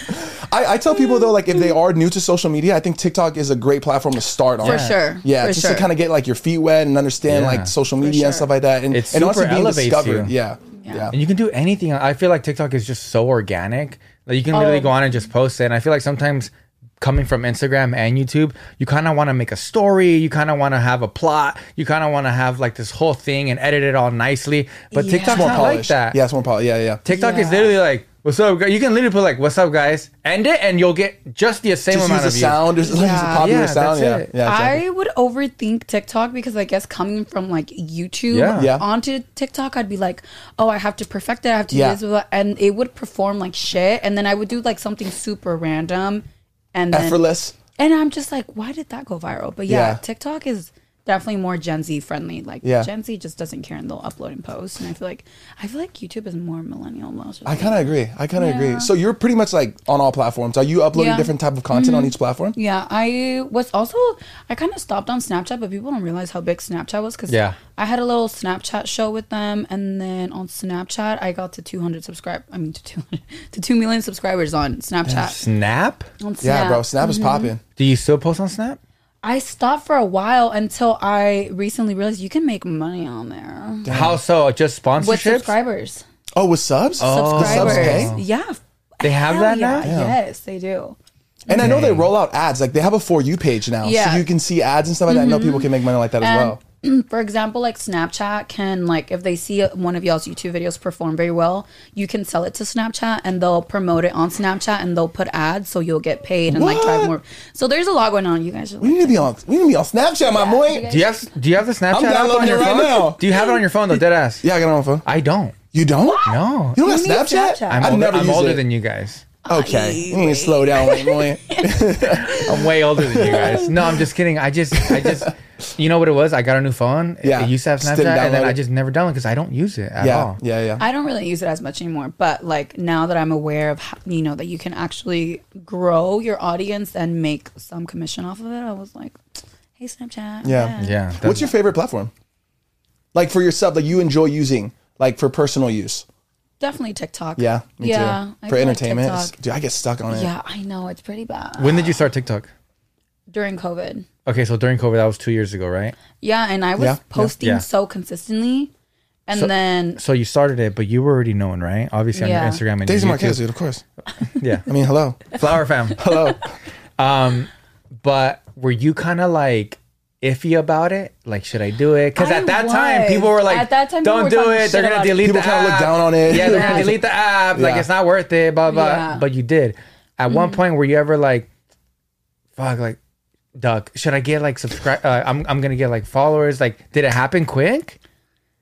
S1: I tell people though, like if they are new to social media, I think TikTok is a great platform to start on.
S3: Mm. for sure.
S1: Yeah,
S3: for
S1: just
S3: sure.
S1: to kind of get like your feet wet and understand
S2: Yeah.
S1: like social media
S3: sure.
S1: and stuff like that, and
S2: It
S1: and also
S2: super
S1: being
S2: elevates
S1: discovered.
S2: you.
S1: Yeah,
S3: Yeah.
S1: yeah,
S2: And you can do anything. I feel like TikTok is just so organic. Like you can really
S3: Oh.
S2: go on and just post it. And I feel like sometimes coming from Instagram and YouTube, you kind of want to make a story, you kind of want to have a plot, you kind of want to have like this whole thing and edit it all nicely. But
S3: Yeah.
S2: TikTok's
S3: It's more
S2: not like that.
S1: Yeah, it's more polished. Yeah, yeah.
S2: TikTok is
S3: Yeah.
S2: literally like, "What's up?" guys?" You can literally put like, "What's up, guys?" End it, and you'll get just the same
S1: Just use
S2: amount
S1: the
S2: of views.
S1: sound or just like, use a
S3: Yeah.
S1: popular
S2: Yeah,
S1: sound.
S2: that's
S1: Yeah,
S2: it.
S1: yeah. Exactly.
S3: I would overthink TikTok because I guess coming from like YouTube
S2: Yeah.
S1: Yeah.
S3: onto TikTok, I'd be like, oh, I have to perfect it. I have to
S1: Yeah.
S3: do this, blah, blah, and it would perform like shit. And then I would do like something super random, and then,
S1: Effortless.
S3: And I'm just like, why did that go viral? But yeah,
S1: Yeah.
S3: TikTok is definitely more Gen Z friendly. Like
S1: Yeah.
S3: Gen Z just doesn't care and they'll upload and post. And I feel like I feel like YouTube is more millennial.
S1: I kind of agree. I kind of
S3: Yeah.
S1: agree. So you're pretty much like on all platforms. Are you uploading
S3: Yeah. Mm-hmm.
S1: different type of content on each platform?
S3: Yeah, I was also I kind of stopped on Snapchat, but people don't realize how big Snapchat was because
S2: Yeah.
S3: I had a little Snapchat show with them, and then on Snapchat I got to 200 subscribe. I mean to 200, to two million subscribers on Snapchat.
S2: Snap?
S3: On
S1: Yeah,
S3: Snap.
S1: bro. Snap
S3: Mm-hmm.
S1: is popping.
S2: Do you still post on Snap?
S3: I stopped for a while until I recently realized you can make money on there
S2: How so?
S3: with
S2: Just sponsorships?
S3: subscribers.
S1: Oh, with subs?
S3: subscribers,
S1: pay?
S3: yeah.
S2: They have
S3: Hell
S2: that
S3: yeah.
S2: now?
S3: Yes, they do.
S1: And I know they roll out ads. Like they have a for you page now,
S3: Yeah. Mm-hmm. Um,
S1: so you can see ads and stuff like that. I know people can make money like that as well.
S3: for example, like Snapchat can like if they see one of y'all's YouTube videos perform very well, you can sell it to Snapchat and they'll promote it on Snapchat and they'll put ads so you'll get paid and like drive
S1: What?
S3: more. So there's a lot going on. You guys should
S1: We
S3: like,
S1: need to be on. We need to be on Snapchat, my boy.
S2: Do you have Do you have the Snapchat app on
S1: downloading
S2: your
S1: it right
S2: phone?
S1: now.
S2: Do you have it on your phone though? Dead ass.
S1: Yeah, I got it on my phone.
S2: I don't.
S1: You don't?
S2: No.
S1: You don't have
S3: You need
S1: Snapchat?
S3: Snapchat.
S2: I'm
S1: I've
S2: older,
S1: never
S2: I'm
S1: used
S2: older
S1: it.
S2: than you guys.
S1: Okay, you need to slow down, my boy.
S2: I'm way older than you guys. No, I'm just kidding. I just I just you know what it was? I got a new phone. It-
S1: Yeah.
S2: It used to have
S1: Just
S2: Snapchat
S1: didn't
S2: and then
S1: download
S2: I
S1: it.
S2: just never downloaded because I don't use it at
S1: Yeah,
S2: all.
S1: yeah, yeah.
S3: I don't really use it as much anymore, but like now that I'm aware of how, you know that you can actually grow your audience and make some commission off of it, I was like, hey Snapchat.
S1: Yeah.
S2: Yeah.
S1: What's your favorite platform? Like for yourself, like you enjoy using, like for personal use.
S3: Definitely TikTok.
S1: Yeah, me
S3: yeah.
S1: too.
S3: I
S1: For
S3: feel like
S1: entertainment,
S3: TikTok-
S1: it's- dude, I get stuck on it.
S3: yeah, I know it's pretty bad.
S2: when did you start TikTok?
S3: During COVID.
S2: Okay, so during COVID that was two years ago, right?
S3: Yeah, and I was
S1: Yeah, yeah.
S3: posting
S2: Yeah.
S3: so consistently, and
S2: So-
S3: then
S2: So you started it, but you were already known, right? Obviously
S3: Yeah.
S2: on your Instagram and
S1: Daisy
S2: your
S1: Marquez,
S2: YouTube.
S1: dude, of course.
S2: Yeah.
S1: I mean, hello,
S2: Flower fam.
S1: hello.
S2: Um, but were you kind of like iffy about it? Like, should I do it? Because
S3: I
S2: at that time,
S3: was.
S2: people were like,
S3: At that time, people
S2: "Don't
S3: were
S2: do
S3: talking
S2: it.
S3: shit
S2: They're gonna
S3: about it.
S2: delete
S1: People
S2: the
S1: kinda
S2: app.
S1: look down on it.
S2: Yeah, they're gonna
S3: Yeah.
S2: delete the app. Like,
S1: Yeah.
S2: it's not worth it. Blah blah.
S3: Yeah. Mm-hmm.
S2: But you did. At one point, were you ever like, "Fuck, like, duck? Should I get like subscribe? Uh, I'm I'm gonna get like followers. Like, did it happen quick,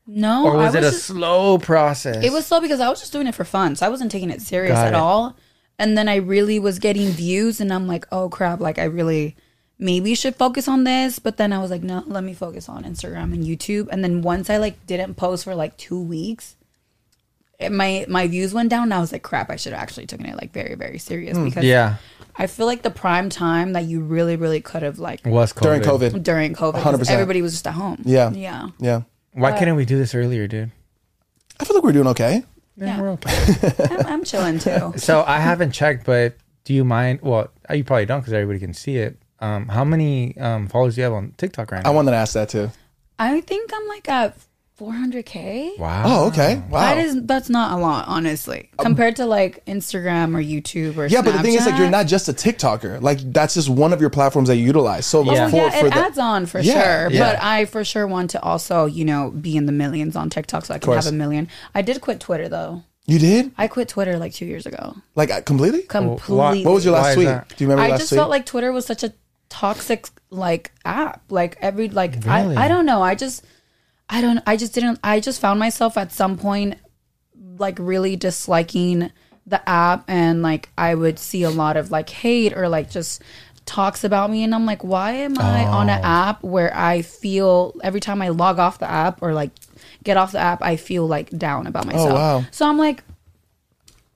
S3: no,
S2: or was,
S3: I
S2: it
S3: was
S2: a
S3: just,
S2: slow process?
S3: it was slow because I was just doing it for fun, so I wasn't taking it serious
S2: Got
S3: at
S2: it.
S3: all. And then I really was getting views, and I'm like, oh crap, like I really maybe should focus on this. But then I was like, no, let me focus on Instagram and YouTube. And then once I like didn't post for like two weeks. It, my my views went down and I was like crap I should have actually taken it like very very serious because
S2: Hmm, yeah.
S3: I feel like the prime time that you really really could have like
S2: Was COVID.
S1: During COVID,
S3: during COVID. 'cause
S1: 100%.
S3: Everybody was just at home.
S1: Yeah.
S3: Yeah.
S1: yeah.
S3: Uh,
S2: Why couldn't we do this earlier, dude?
S1: I feel like we're doing okay.
S2: Yeah,
S3: Yeah.
S2: we're okay.
S3: I'm, I'm chilling too.
S2: So I haven't checked, but do you mind? Well, you probably don't because everybody can see it. Um, how many um, followers do you have on TikTok right
S1: I
S2: now?
S1: wanted to ask that too.
S3: I think I'm like at 400K.
S2: wow.
S1: Oh, okay. Wow.
S3: Ah. That
S1: Um,
S3: is that's not a lot, honestly, compared to like Instagram or YouTube or
S1: yeah, but the thing is, like, you're
S3: Snapchat.
S1: not just a TikToker. Like, that's just one of your platforms that you utilize. So,
S2: Yeah.
S3: Oh,
S1: for,
S3: yeah,
S1: for
S3: it
S1: the,
S3: adds on for
S1: Yeah,
S3: sure.
S1: yeah.
S3: But I for sure want to also, you know, be in the millions on TikTok so I can
S1: course.
S3: have a million. I did quit Twitter though.
S1: you did
S3: I quit Twitter like two years ago.
S1: like uh, completely.
S3: Completely.
S1: What was your
S2: Why
S1: last
S2: is
S1: tweet?
S2: that?
S1: Do you remember
S3: I
S1: your last
S3: just
S1: tweet?
S3: felt like Twitter was such a toxic like app. Like every like
S2: Really?
S3: I, I don't know. I just I don't I just didn't I just found myself at some point like really disliking the app and like I would see a lot of like hate or like just talks about me and I'm like why am I on
S1: Oh.
S3: an app where I feel every time I log off the app or like get off the app I feel like down about myself.
S1: Oh, wow.
S3: So I'm like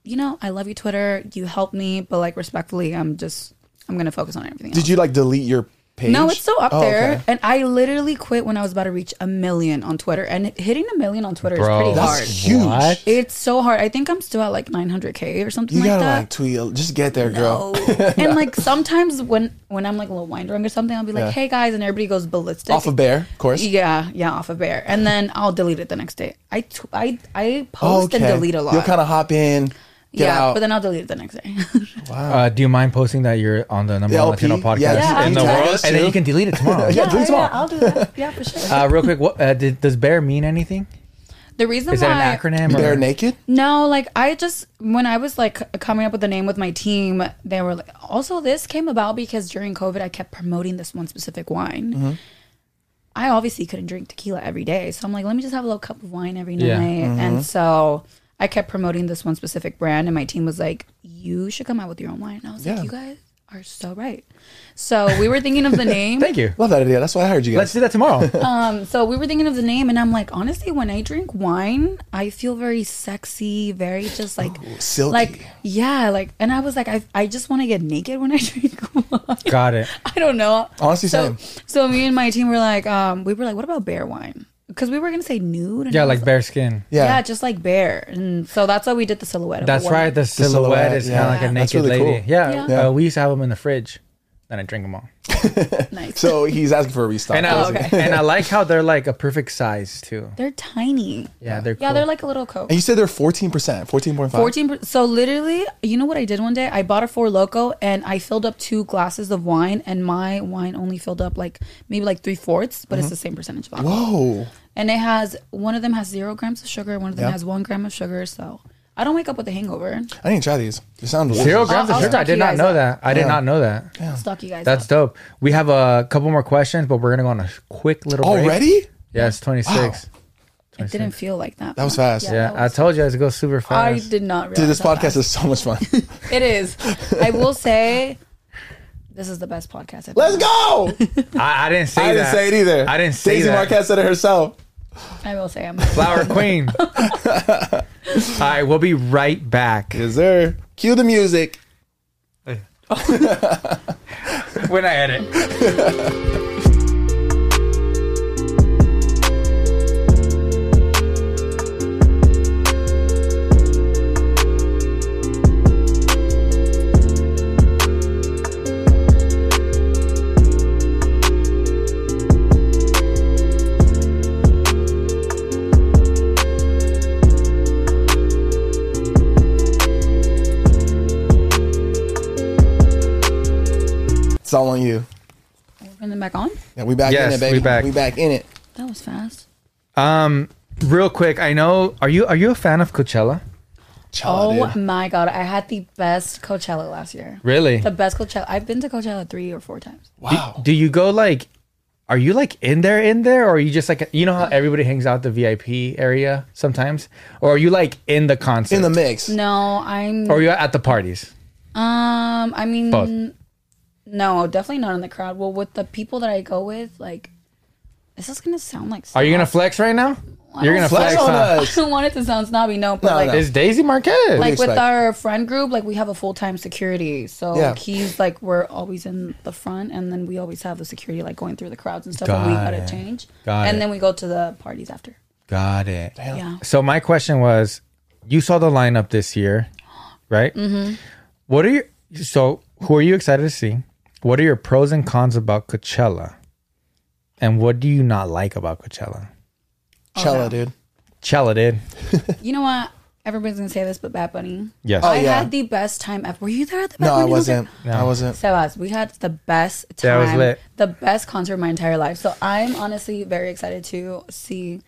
S3: you know, I love you, Twitter. You helped me, but like respectfully, I'm just I'm gonna focus on everything.
S1: Did you like delete your page?
S3: no, it's still up
S1: Oh,
S3: there,
S1: okay.
S3: and I literally quit when I was about to reach a million on Twitter, and hitting a million on Twitter
S2: Bro.
S3: is pretty
S1: That's
S3: hard.
S1: huge.
S2: What?
S3: It's so hard. I think I'm still at like 900k or something
S1: You
S3: like
S1: gotta
S3: that.
S1: like tweet. Just get there, girl.
S3: Oh. and like sometimes when when I'm like a little wine drunk or something, I'll be like,
S1: Yeah.
S3: "Hey guys," and everybody goes ballistic.
S1: Off of bear, of course.
S3: yeah, yeah, off of bear,
S1: Oh,
S3: and then I'll delete it the next day. I tw- I I post and delete a lot.
S1: You'll kind of hop in. Get
S3: yeah,
S1: out.
S3: but then I'll delete it the next day.
S2: Uh, do you mind posting that you're on the number
S1: The
S2: one
S1: LP?
S2: Latino podcast
S1: Yeah,
S3: Yeah.
S2: in the
S3: and
S1: tag
S2: world,
S1: us
S2: and then
S1: too.
S2: you can delete it tomorrow?
S1: Yeah, delete them all.
S3: I'll do that. Yeah, for sure.
S2: Uh, real quick, what, uh, did, does bear mean anything?
S3: the reason
S2: Is
S3: why
S2: that an acronym?
S1: Bare
S2: or-
S1: naked?
S3: No, like I just when I was like coming up with the name with my team, they were like. Also, this came about because during COVID, I kept promoting this one specific wine.
S2: Mm-hmm.
S3: I obviously couldn't drink tequila every day, so I'm like, let me just have a little cup of wine every night.
S2: Yeah. Mm-hmm.
S3: And so I kept promoting this one specific brand, and my team was like, "You should come out with your own wine." And I was
S1: Yeah.
S3: like, "You guys are so right." So we were thinking of the name.
S2: Thank you.
S1: Love that idea. That's why I hired you
S2: Let's
S1: guys.
S2: do that tomorrow.
S3: Um, So we were thinking of the name, and I'm like, honestly, when I drink wine, I feel very sexy, very just like
S1: silky.
S3: like yeah, like. And I was like, I, I just want to get naked when I drink wine.
S2: Got it.
S3: I don't know.
S1: Honestly,
S3: so
S1: same.
S3: so me and my team were like, um, we were like, what about bear wine? Because we were gonna say nude. And
S2: Yeah,
S3: I was
S2: like bare skin.
S3: yeah.
S1: Yeah.
S3: just like bear. And so that's why we did the silhouette. of
S2: That's
S3: a woman.
S2: right. The silhouette,
S1: silhouette,
S2: is
S1: yeah.
S2: kind of like a
S1: That's
S2: naked
S1: really
S2: lady.
S1: cool.
S2: Yeah.
S1: Yeah.
S2: Uh, we used to have them in the fridge. Then I drink them all.
S3: Nice.
S1: So he's asking for a restock.
S2: And I,
S3: Oh, okay.
S2: and I like how they're like a perfect size too.
S3: they're tiny.
S2: Yeah, they're cool.
S3: Yeah, they're like a little coke.
S1: And you said they're 14%, 14.5.
S3: 14 per- so literally you know what i did one day i bought a four loco and i filled up two glasses of wine and my wine only filled up like maybe like three fourths but
S1: Mm-hmm.
S3: it's the same percentage of alcohol
S1: Whoa.
S3: and it has one of them has zero grams of sugar one of them
S1: Yeah.
S3: has one gram of sugar so i don't wake up with a hangover
S1: I need to try these. They sound delicious.
S2: Zero grams
S3: I'll
S2: of sugar. I
S3: stock
S2: did
S3: you
S2: not
S3: guys
S2: know
S3: up.
S2: that. I did not know that.
S3: stock you guys
S2: That's
S3: up.
S2: dope. We have a couple more questions, but we're gonna go on a quick little break.
S1: Already?
S2: Yeah, it's twenty six.
S3: it didn't feel like that
S1: That was fast.
S2: Yeah,
S3: that
S2: I
S3: was-
S2: told you guys it goes super
S3: i
S2: fast.
S3: did not realize
S1: Dude, this
S3: how fast.
S1: podcast is so much fun.
S3: it is i will say this is the best podcast I've
S1: Let's
S3: done.
S1: go.
S2: I, I didn't say
S1: I didn't
S2: that.
S1: say it either.
S2: I didn't say
S1: Daisy
S2: that.
S1: Marquez said it herself.
S3: i will say i'm
S2: Flower Queen. All right, we'll be right back.
S1: Yes, sir. Cue the music.
S2: when I edit.
S1: It's all on you.
S3: turn them back on
S1: Yeah, we back
S2: Yes,
S1: in it, baby.
S2: we back.
S1: in it.
S3: that was fast
S2: Um, real quick, I know. Are you are you a fan of Coachella?
S1: Chala,
S3: Oh
S1: dude.
S3: my god, I had the best Coachella last year.
S2: Really?
S3: The best Coachella. I've been to Coachella three or four times.
S1: Wow.
S2: Do you go like? Are you like in there, in there, or are you just like you know
S1: Mm.
S2: how everybody hangs out the VIP area sometimes, or are you like in the concert,
S1: In the mix.
S3: No, I'm.
S2: or are you at the parties?
S3: um, I mean,
S2: Both.
S3: no, definitely not in the crowd. Well, with the people that I go with, like, this is gonna sound like.
S2: Are you gonna flex right now? You're gonna
S1: Flex
S2: flex,
S1: on
S2: huh?
S1: us.
S3: I don't want it to sound snobby, no, but
S1: No,
S3: like,
S1: no.
S2: It's Daisy Marquez.
S3: like with
S1: expect?
S3: our friend group, like we have a full time security, so
S1: Yeah.
S3: he's like we're always in the front, and then we always have the security like going through the crowds and stuff, and we
S2: Got
S3: gotta
S2: it.
S3: change,
S2: Got
S3: and
S2: it.
S3: then we go to the parties after.
S2: Got it.
S3: Yeah.
S2: So my question was, you saw the lineup this year, right? Mm-hmm. What are your so who are you excited to see? What are your pros and cons about Coachella, and what do you not like about Coachella?
S3: Oh,
S1: Chala, dude.
S2: Coachella, dude.
S3: You know what? Everybody's gonna say this, but Bad Bunny.
S2: Yes.
S1: Oh,
S3: I
S1: yeah.
S3: had the best time ever. Were you there at the Bad
S1: No, I
S3: Bunny concert?
S1: wasn't. I wasn't.
S3: Sebas, we had the best time.
S2: That was lit.
S3: The best concert of my entire life. So I'm honestly very excited to see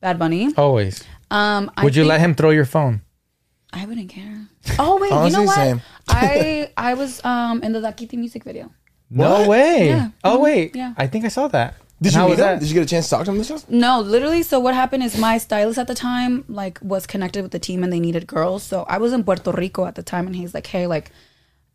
S3: Bad Bunny.
S2: Always.
S3: Um, I
S2: Would you
S3: think-
S2: let him throw your phone?
S3: I wouldn't care. Oh wait, you
S1: Honestly,
S3: know what?
S1: same.
S3: I I was um in the Dakiti music video.
S2: No way.
S3: Yeah. Mm-hmm.
S2: Oh wait.
S3: Yeah.
S2: I think I saw that.
S1: Did
S2: And
S1: you
S2: how
S1: meet
S2: was
S1: him?
S2: that?
S1: Did you get a chance to talk to him this year?
S3: No, literally. So what happened is my stylist at the time like was connected with the team and they needed girls. So I was in Puerto Rico at the time, and he's like, "Hey, like,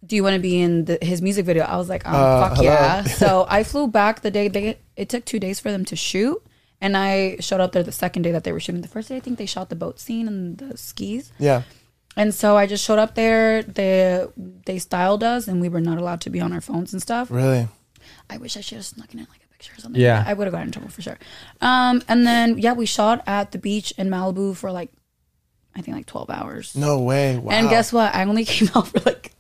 S3: do you want to be in the, his music video?" I was like, um, "Fuck
S1: hello."
S3: yeah!" so I flew back the day they. It took two days for them to shoot, and I showed up there the second day that they were shooting. The first day, I think they shot the boat scene and the skis.
S1: Yeah.
S3: And so I just showed up there. They they styled us, and we were not allowed to be on our phones and stuff.
S1: Really?
S3: I wish I should have snuck in like a picture or something.
S2: Yeah.
S3: I would have gotten in trouble for sure. Um, and then yeah, we shot at the beach in Malibu for like, I think like twelve hours.
S1: No way. Wow.
S3: And guess what? I only came out for like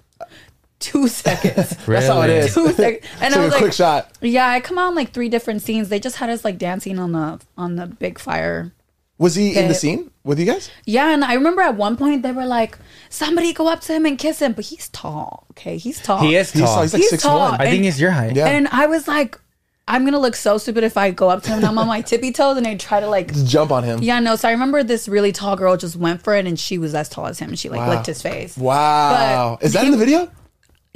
S3: two seconds.
S1: That's how it
S2: Really?
S1: is.
S3: two seconds. And I
S1: Took
S3: was
S1: a
S3: like,
S1: quick shot.
S3: yeah, I come out in like three different scenes. They just had us like dancing on the on the big fire
S1: Was he in the
S3: Okay.
S1: scene with you guys?
S3: Yeah, and I remember at one point they were like, somebody go up to him and kiss him, but he's tall. Okay, he's tall.
S2: He is
S1: He's,
S2: tall.
S1: tall. he's like
S3: He's
S1: six
S3: tall.
S1: one.
S2: I think he's your height.
S1: Yeah.
S3: And I was like, I'm gonna look so stupid if I go up to him and I'm on my tippy toes and I try to like
S1: Jump on him.
S3: Yeah, no, so I remember this really tall girl just went for it and she was as tall as him and she like
S1: Wow.
S3: licked his face.
S1: Wow.
S3: But
S1: Is that
S3: he-
S1: in the video?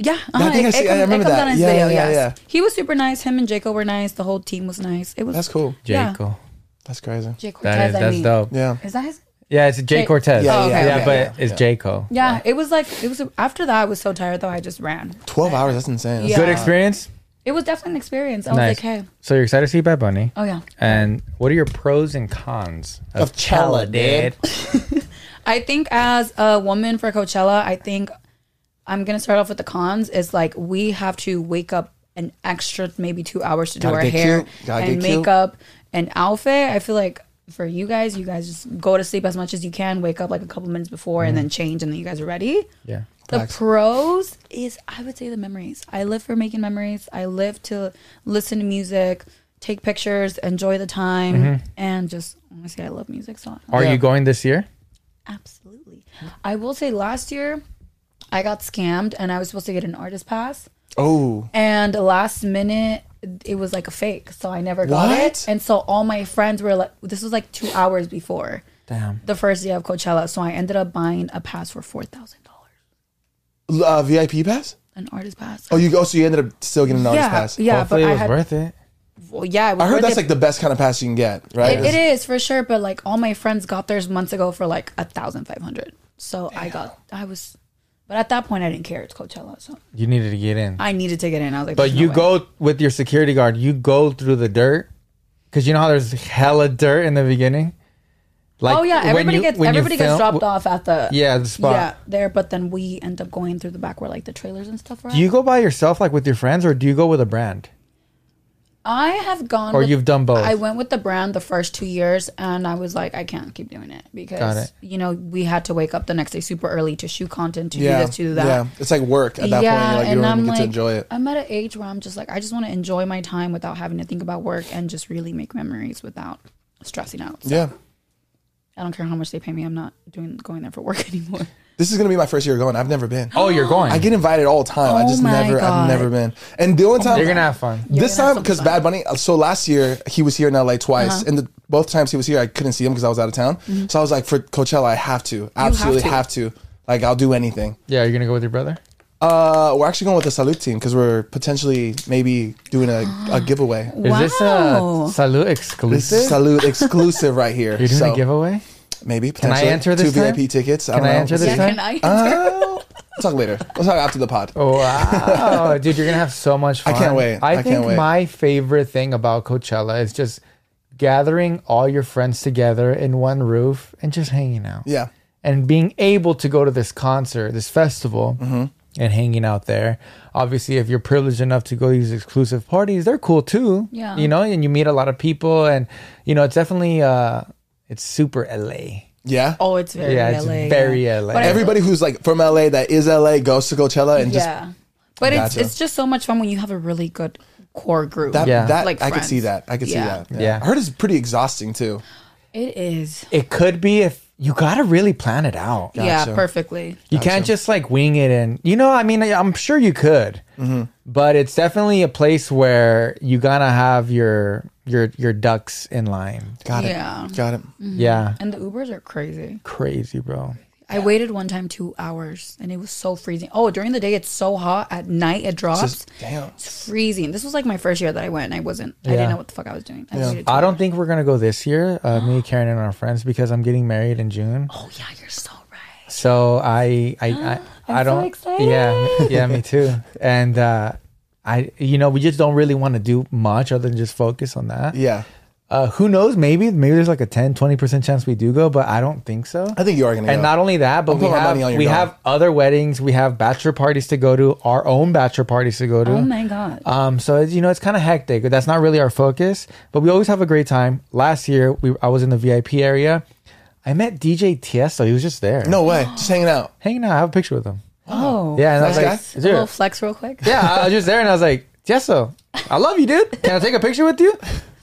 S3: Yeah, uh-huh.
S1: I think I
S3: it,
S1: see- I
S3: it comes,
S1: remember
S3: it comes
S1: that.
S3: out in his
S1: Yeah,
S3: video,
S1: yeah,
S3: yes.
S1: yeah.
S3: He was super nice. Him and Jacob were nice. The whole team was nice. It was
S1: That's cool.
S2: Jay
S3: Yeah.
S2: Cole.
S1: That's crazy.
S3: Jay
S2: That
S3: Cortez,
S2: is
S3: I
S2: that's
S3: mean.
S2: dope.
S1: Yeah.
S3: Is that his
S2: Yeah, it's Jay
S3: Jay-
S2: Cortez.
S1: Yeah,
S3: Oh, okay,
S2: yeah,
S3: okay.
S2: but
S1: yeah,
S2: it's
S1: yeah.
S2: J. Cole.
S3: yeah, it was like it was after that I was so tired though I just ran.
S1: Twelve hours. That's insane.
S3: Yeah.
S2: Good experience.
S3: It was definitely an experience. I was
S2: Nice.
S3: like, hey,
S2: So you're excited to see Bad Bunny.
S3: oh yeah.
S2: And what are your pros and cons
S1: Of Cella, dude.
S3: I think as a woman for Coachella, I think I'm gonna start off with the cons. Is like we have to wake up an extra maybe two hours to do
S1: Gotta
S3: our
S1: get
S3: hair
S1: cute, gotta
S3: and
S1: get cute.
S3: makeup and outfit. I feel like for you guys, you guys just go to sleep as much as you can, wake up like a couple minutes before, and then change, and then you guys are ready.
S2: Yeah.
S3: The
S1: Mm-hmm. Facts.
S3: pros is I would say the memories. I live for making memories. I live to listen to music, take pictures, enjoy the time, and just honestly, I love music. So
S2: Mm-hmm. Are
S1: Yeah.
S2: you going this year?
S3: Absolutely. I will say last year I got scammed and I was supposed to get an artist pass
S1: Oh.
S3: and last minute it was like a fake so I never got
S1: What?
S3: it and so all my friends were like this was like 2 hours before
S2: Damn.
S3: the first day of Coachella so I ended up buying a pass for $4,000
S1: Uh, VIP pass?
S3: an artist pass.
S1: Oh, you go. So you ended up still getting an artist
S3: yeah,
S1: pass.
S3: yeah,
S2: Hopefully
S3: but
S2: it
S3: I
S2: was
S3: had
S2: worth it.
S3: well, yeah, it was
S1: I heard
S3: worth
S1: that's
S3: it.
S1: like the best kind of pass you can get, right?
S3: It- it is for sure, but like all my friends got theirs months ago for like a thousand five hundred. So I got, I was, but at that point I didn't care. It's Coachella, so
S2: You needed to get in.
S3: I needed to get in. I was like,
S2: But
S3: "There's no
S2: you
S3: way."
S2: go with your security guard. You go through the dirt because you know how there's hella dirt in the beginning. Like
S3: oh yeah,
S2: when
S3: everybody
S2: you-
S3: gets
S2: when you
S3: everybody gets
S2: film-
S3: dropped off at the
S2: Yeah, the spot.
S3: yeah there. But then we end up going through the back where like the trailers and stuff are.
S2: Do
S3: at.
S2: you go by yourself, like with your friends, or do you go with a brand?
S3: I have gone,
S2: Or
S3: with-
S2: you've done both?
S3: Um, I went with the brand the first two years, and I was like, I can't keep doing it
S2: Got
S3: because
S2: it.
S3: you know we had to wake up the next day super early to shoot content, to
S1: Yeah.
S3: do this, to do that.
S1: Yeah. It's like work at that point. You're like, you don't even get to enjoy it.
S3: I'm at an age where I'm just like, I just want to enjoy my time without having to think about work and just really make memories without stressing out. So
S1: Yeah.
S3: I don't care how much they pay me. I'm not doing going there for work anymore.
S1: This is gonna be my first year going. I've never been.
S2: Oh, you're going.
S1: I get invited all the time. I
S3: Oh
S1: just
S3: my
S1: never. I've
S3: God.
S1: never been. And the only time
S2: you're gonna have fun.
S1: this
S3: gonna have
S1: time
S3: some
S1: because
S3: fun. Uh-huh.
S1: Bad Bunny. uh, So last year he was here in LA twice, and the, both times he was here, I couldn't see him because I was out of town. So I was like, for Coachella, I have to absolutely
S3: Mm-hmm. to.
S1: have to. Like I'll do anything.
S2: Yeah, you're gonna go with your brother.
S1: Uh, we're actually going with the Salute team because we're potentially maybe doing a, a giveaway.
S2: Is this
S3: Wow.
S2: a salute
S1: This
S2: exclusive?
S1: is Salute exclusive right here.
S2: you're doing
S1: so
S2: a giveaway.
S1: maybe
S2: I
S1: potentially
S2: enter this
S1: two
S2: time?
S1: VIP tickets. I
S2: Can
S1: don't
S2: I
S1: know.
S2: enter this
S3: yeah,
S2: time?
S3: can I?
S1: Uh, we'll talk later. We'll talk after the pod.
S2: Oh. Wow, dude, you're gonna have so much fun.
S1: I can't wait.
S2: I,
S1: I
S2: think
S1: can't wait.
S2: my favorite thing about Coachella is just gathering all your friends together in one roof and just hanging out.
S1: Yeah.
S2: And being able to go to this concert, this festival, and hanging out there. Obviously, if you're privileged enough to go to these exclusive parties, they're cool too.
S3: Yeah.
S2: You know, and you meet a lot of people, and you know, it's definitely uh, it's super LA.
S1: Yeah.
S3: Oh, it's very
S2: Yeah, it's
S3: LA.
S2: very LA.
S3: But I-
S1: Everybody who's like from LA that is LA goes to
S2: uh,
S1: Coachella and just
S3: yeah. But it's
S1: Gotcha.
S3: it's just so much fun when you have a really good core group.
S1: that,
S2: Yeah.
S1: that
S3: Like
S1: I could
S3: friends.
S1: see that. I could
S3: Yeah.
S1: see that.
S2: Yeah.
S1: I heard it's pretty exhausting too.
S3: it is.
S2: It could be if you gotta really plan it out.
S1: Gotcha.
S3: Yeah, perfectly.
S2: You can't just like wing it and you know, I mean, I- I'm sure you could, but it's definitely a place where you gotta have your your your ducks in line.
S1: Got
S3: Yeah.
S1: it. Got it.
S3: Mm-hmm.
S2: Yeah,
S3: And the Ubers are crazy.
S2: crazy, bro.
S3: I waited one time two hours and it was so freezing. Oh, during the day it's so hot. At night it drops.
S1: Just damn.
S3: it's freezing. This was like my first year that I went and I wasn't I
S2: Yeah.
S3: didn't know what the fuck I was doing. I waited two
S2: I don't
S3: hours.
S2: think we're gonna go this year. Uh, me, Karen, and our friends because I'm getting married in June.
S3: Oh yeah, you're so right.
S2: So I I I, I
S3: I'm so
S2: don't.
S3: excited.
S2: Yeah, yeah, me too. And uh, I, you know, we just don't really want to do much other than just focus on that.
S1: Yeah.
S2: Uh, who knows? Maybe maybe there's like a 10, 20 percent chance we do go, but I don't think so.
S1: I think you are gonna
S2: And
S1: go.
S2: not only that, but we
S1: putting my
S2: have
S1: money on
S2: we
S1: you're going.
S2: have other weddings, we have bachelor parties to go to, our own bachelor parties to go to.
S3: Oh my god.
S2: Um, so it's, you know it's kind of hectic. That's not really our focus, but we always have a great time. Last year, we I was in the VIP area. I met DJ Tiesto. He was just there.
S1: no way. Just hanging out.
S2: hanging out. I have a picture with him.
S3: oh.
S2: Yeah, and I was
S1: Nice
S2: like,
S1: guy.
S3: A
S2: dude.
S3: little flex real quick.
S2: yeah, I was just there, and I was like, Tiesto, I love you, dude. Can I take a picture with you?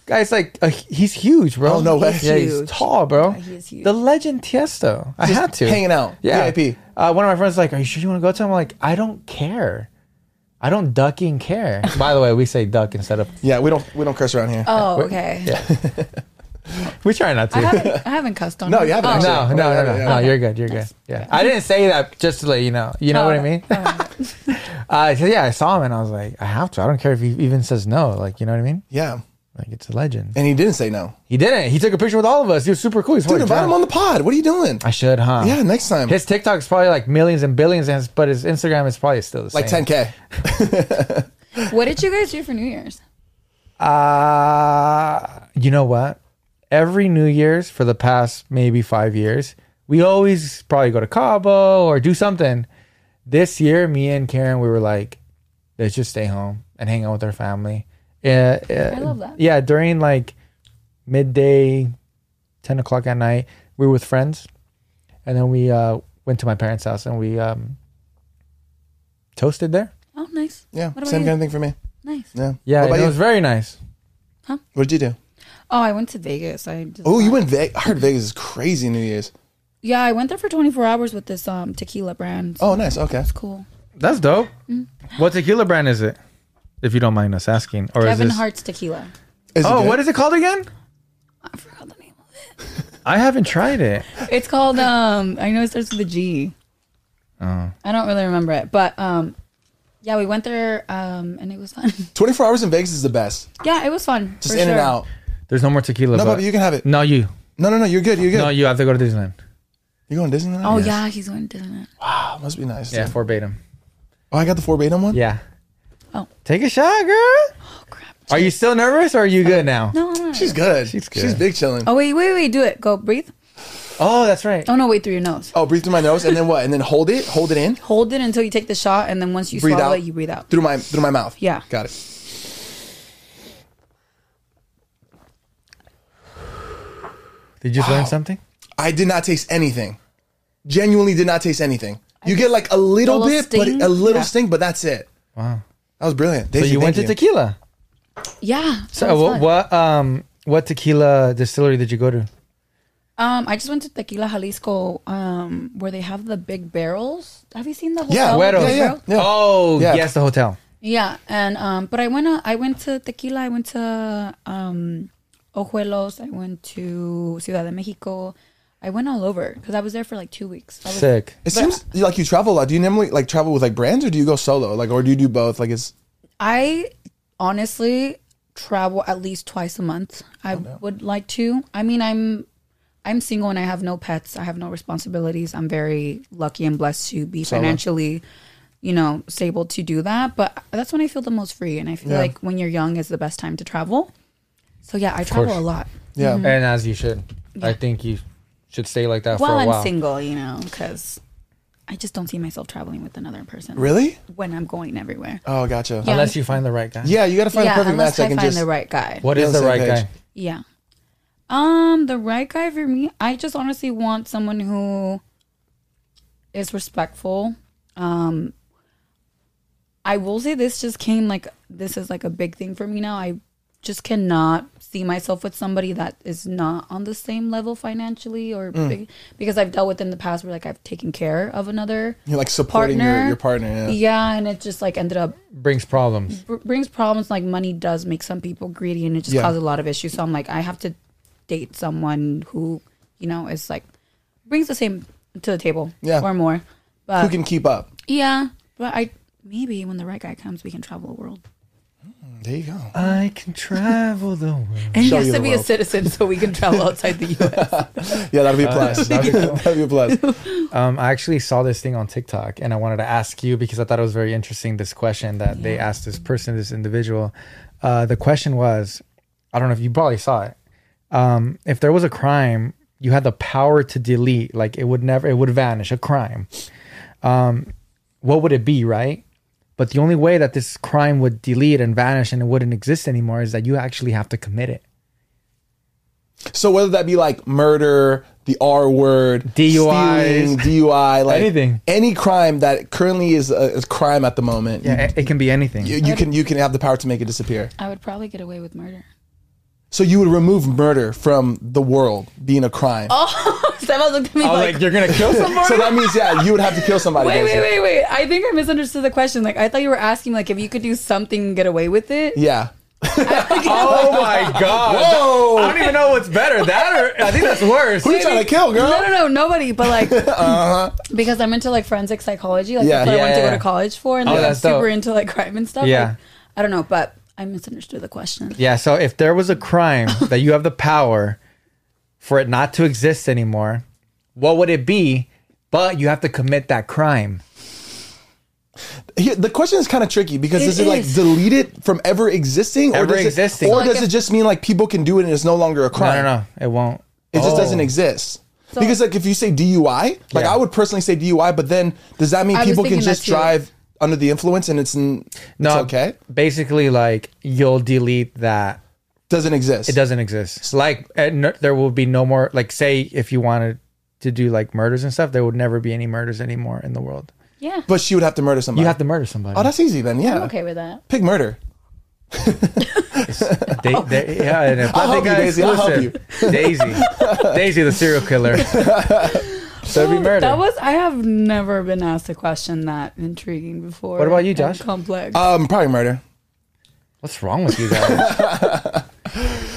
S2: guy's like a, he's huge, bro.
S1: Oh, no way.
S2: Yeah,
S3: huge.
S2: he's tall, bro.
S3: Yeah, he is huge.
S2: The legend Tiesto. I
S1: Just
S2: had to
S1: hanging out,
S2: Yeah,
S1: VIP.
S2: Uh, one of my friends was like, "Are you sure you want to go to?" him? I'm like, "I don't care. I don't ducking care." By the way, we say duck instead of
S1: Yeah, we don't we don't curse around here.
S3: Oh, okay.
S2: we try not to.
S3: I haven't I haven't cussed on.
S1: No,
S3: her.
S1: you haven't
S3: Oh,
S1: actually.
S2: No, no, no, no,
S1: Yeah.
S2: no. You're good. You're good. Yeah, I didn't say that just to let you know. You know
S3: Oh.
S2: what I mean? Uh, so yeah, I saw him and I was like, I have to. I don't care if he even says no. Like, you know what I mean?
S1: Yeah,
S2: Like, it's a legend.
S1: and he didn't say no.
S2: He didn't. He took a picture with all of us. He was super cool. He's
S1: Dude, invite him on the pod. What are you doing?
S2: I should, huh?
S1: Yeah, next time.
S2: His TikTok is probably like millions and billions, and his- but his Instagram is probably still the
S1: like
S2: same.
S1: 10k.
S3: What did you guys do for New Year's?
S2: Uh, you know what? Every New Year's for the past maybe five years, we always probably go to Cabo or do something. This year, me and Karen, we were like, let's just stay home and hang out with our family. Yeah, I
S3: love that.
S2: Yeah, during like midday, ten o'clock at night, we were with friends, and then we uh, went to my parents' house and we um, toasted there.
S3: Oh, nice.
S1: Yeah,
S3: What about
S1: same
S3: you?
S1: kind of thing for me.
S3: Nice.
S1: Yeah.
S2: Yeah,
S1: What
S2: and
S1: about
S2: it
S1: you?
S2: was very nice.
S1: What did you do?
S3: Oh, I went to Vegas. I just,
S1: Oh, you went. Ve- I heard Vegas is crazy New Year's.
S3: Yeah, I went there for 24 hours with this um tequila brand.
S1: Oh, nice. Okay.
S3: it's cool.
S2: That's dope. What tequila brand is it? If you don't mind us asking, or
S3: Kevin
S2: is this?
S3: Hart's tequila.
S1: Is
S2: oh,
S1: good?
S2: what is it called again?
S3: I forgot the name. of
S2: I haven't tried it.
S3: it. It's called um. I know it starts with a G. Oh. I don't really remember it, but um, yeah, we went there um, and it was fun.
S1: 24 hours in Vegas is the best.
S3: yeah, it was fun.
S1: Just
S3: for
S1: in and
S3: sure.
S1: out.
S2: There's no more tequila.
S1: No,
S2: but-
S1: but you can have it.
S2: No, you.
S1: No, no, no. You're good. You're good.
S2: No, you have to go to Disneyland.
S1: You're going to Disneyland.
S3: Oh yeah, he's going to Disneyland.
S1: Oh, must be nice.
S2: Yeah,
S1: dude.
S2: verbatim.
S1: Oh, I got the verbatim one.
S2: Yeah.
S3: Oh.
S2: Take a shot, girl.
S3: Oh crap.
S2: Are you still nervous or are you good now?
S3: No, no, no.
S1: She's good.
S2: She's good.
S1: She's big chilling. Oh.
S3: Oh wait, wait, wait. Do it. Go breathe.
S2: Oh, that's right.
S3: Oh no, wait through your nose.
S1: breathe through my nose and then what? And then hold it. Hold it in.
S3: Hold it until you take the shot, and then once you
S1: Breathe
S3: swallow
S1: out.
S3: it, you breathe out.
S1: Through my through my mouth.
S3: Yeah.
S1: Got it.
S2: Did you just learn something?
S1: I did not taste anything. Genuinely did not taste anything. You get like a little,
S3: little
S1: bit, but
S3: sting?
S1: it- a little
S3: Yeah.
S1: sting, but that's it.
S2: Wow.
S1: That was brilliant.
S2: So
S1: Daisy,
S2: you went to
S1: thank
S2: tequila.
S3: Yeah. that
S2: So
S3: was
S2: what,
S3: fun.
S2: what um what tequila distillery did you go to?
S3: Um, I just went to Tequila Jalisco, um, where they have the big barrels. Have you seen the hotel?
S1: Yeah,
S3: with
S2: Güeros.
S3: the
S1: Yeah, yeah.
S3: barrel?
S1: Yeah.
S2: Oh,
S1: Yeah.
S2: yes, the hotel.
S3: Yeah, and um, but I went. uh, I went to Tequila. I went to um, Ojuelos. I went to Ciudad de Mexico. I went all over because I was there for like two weeks. I was,
S2: Sick.
S1: It seems like you travel a lot. Do you normally like travel with like brands or do you go solo? Like or do you do both? Like it's
S3: I honestly travel at least twice a month. I
S1: Oh,
S3: would like to. I mean, I'm I'm single and I have no pets. I have no responsibilities. I'm very lucky and blessed to be financially, you know, stable to do that. But that's when I feel the most free, and I feel
S1: Yeah.
S3: like when you're young is the best time to travel. So yeah, I travel
S2: course.
S3: a lot.
S1: yeah.
S3: Mm-hmm.
S2: And as you should. I think you should stay like that
S3: While
S2: for a
S3: I'm
S2: while.
S3: single, you know, because I just don't see myself traveling with another person.
S1: Really?
S3: When I'm going everywhere.
S1: Oh, gotcha. Yeah,
S3: Yeah.
S2: Unless you find the right guy.
S1: you got to find the
S3: yeah,
S1: perfect
S3: unless
S1: match
S3: I
S1: that can
S3: find
S1: just
S3: the right guy.
S2: What
S1: Be
S2: is
S1: on the
S2: the right
S1: same
S2: guy?
S1: page.
S3: Yeah. Um, the right guy for me, I just honestly want someone who is respectful. Um I will say this just came like this is like a big thing for me now. I just cannot see myself with somebody that is not on the same level financially or big, because I've dealt with in the past where like I've taken care of another
S1: You're like supporting
S3: partner.
S1: your, your partner. Yeah.
S3: yeah, and it just like ended up
S2: Brings problems.
S3: br- brings problems like money does make some people greedy and it just
S1: Yeah.
S3: causes a lot of issues so i'm like i have to date someone who you know is like brings the same to the table
S1: Yeah.
S3: or more but
S1: Who can keep up?
S3: yeah but i maybe when the right guy comes we can travel the world
S1: There you go.
S2: I can travel the world.
S3: and
S1: Show
S3: he
S1: you
S3: has to
S1: the
S3: be a
S1: world.
S3: citizen so we can travel outside the us
S1: Yeah, that'll be
S2: Uh,
S1: a plus.
S2: that'd
S1: that'd,
S2: be
S1: be
S2: cool.
S1: a plus.
S2: Um, I actually saw this thing on TikTok and I wanted to ask you because I thought it was very interesting this question that they asked this person, this individual. Uh, the question was I don't know if you probably saw it. Um, if there was a crime, you had the power to delete, like it would never, it would vanish, a crime. Um, what would it be, right? But the only way that this crime would delete and vanish and it wouldn't exist anymore is that you actually have to commit it.
S1: So whether that be like murder, the R word,
S2: DUIs.
S1: stealing, DUI, like
S2: Anything.
S1: any crime that currently is a, is crime at the moment,
S2: Yeah, it, it can be anything.
S1: you, you can you can have the power to make it disappear.
S3: i would probably get away with murder
S1: So you would remove murder from the world being a crime.
S3: Oh. Stella looked at me
S2: I was like,
S3: like,
S2: you're gonna kill someone.
S1: So that means yeah, you would have to kill somebody.
S3: wait, wait,
S1: basically.
S3: wait, wait. I think I misunderstood the question. Like, I thought you were asking, like, if you could do something and get away with it.
S1: Yeah.
S2: oh my god.
S1: Whoa.
S2: I don't even know what's better, that or I think that's worse.
S1: Who you trying to kill, girl?
S3: No, no, no, nobody. But like, because I'm into like forensic psychology. Like,
S1: Yeah.
S3: that's what
S2: Uh-huh. Yeah,
S3: I wanted
S2: yeah,
S3: to go
S2: yeah.
S3: to college for, and
S2: Oh,
S3: like, I'm
S2: that's dope.
S3: super into like crime and stuff.
S2: Yeah.
S3: Like, I don't know, but I misunderstood the question.
S2: Yeah, so if there was a crime that you have the power for it not to exist anymore, what would it be? But you have to commit that crime.
S1: Here, the question is kind of tricky because
S3: It
S1: does it like
S3: is.
S1: delete it from ever existing, or
S2: Ever
S1: does
S2: existing.
S1: it, or
S2: Like
S1: does
S3: if-
S1: it just mean like people can do it and it's no longer a
S2: No,
S1: crime?
S2: no, no. It won't.
S1: It just
S2: Oh.
S1: doesn't exist. because like if you say DUI, like
S2: Yeah.
S1: I would personally say DUI, but then does that mean
S3: I was
S1: people can
S3: thinking that
S1: just
S3: too.
S1: drive under the influence and it's, n-
S2: No,
S1: it's okay?
S2: Basically, like you'll delete that.
S1: Doesn't exist.
S2: It doesn't exist. It's like uh, no, there will be no more. Like, say if you wanted to do like murders and stuff, there would never be any murders anymore in the world.
S3: Yeah,
S1: But she would have to murder somebody.
S2: You have to murder somebody.
S1: oh, that's easy then. Yeah.
S3: I'm okay with that.
S1: Pig murder.
S2: They, they, yeah, and if
S1: I'll
S2: I
S1: help
S2: think
S1: you,
S2: I
S1: Daisy. I'll help
S2: exclusive. Daisy, Daisy, the serial killer. There'd be murder.
S3: That was I have never been asked a question that intriguing before.
S2: What about you,
S3: and
S2: Josh? Uh,
S3: Complex.
S1: Um, probably murder.
S2: What's wrong with you guys?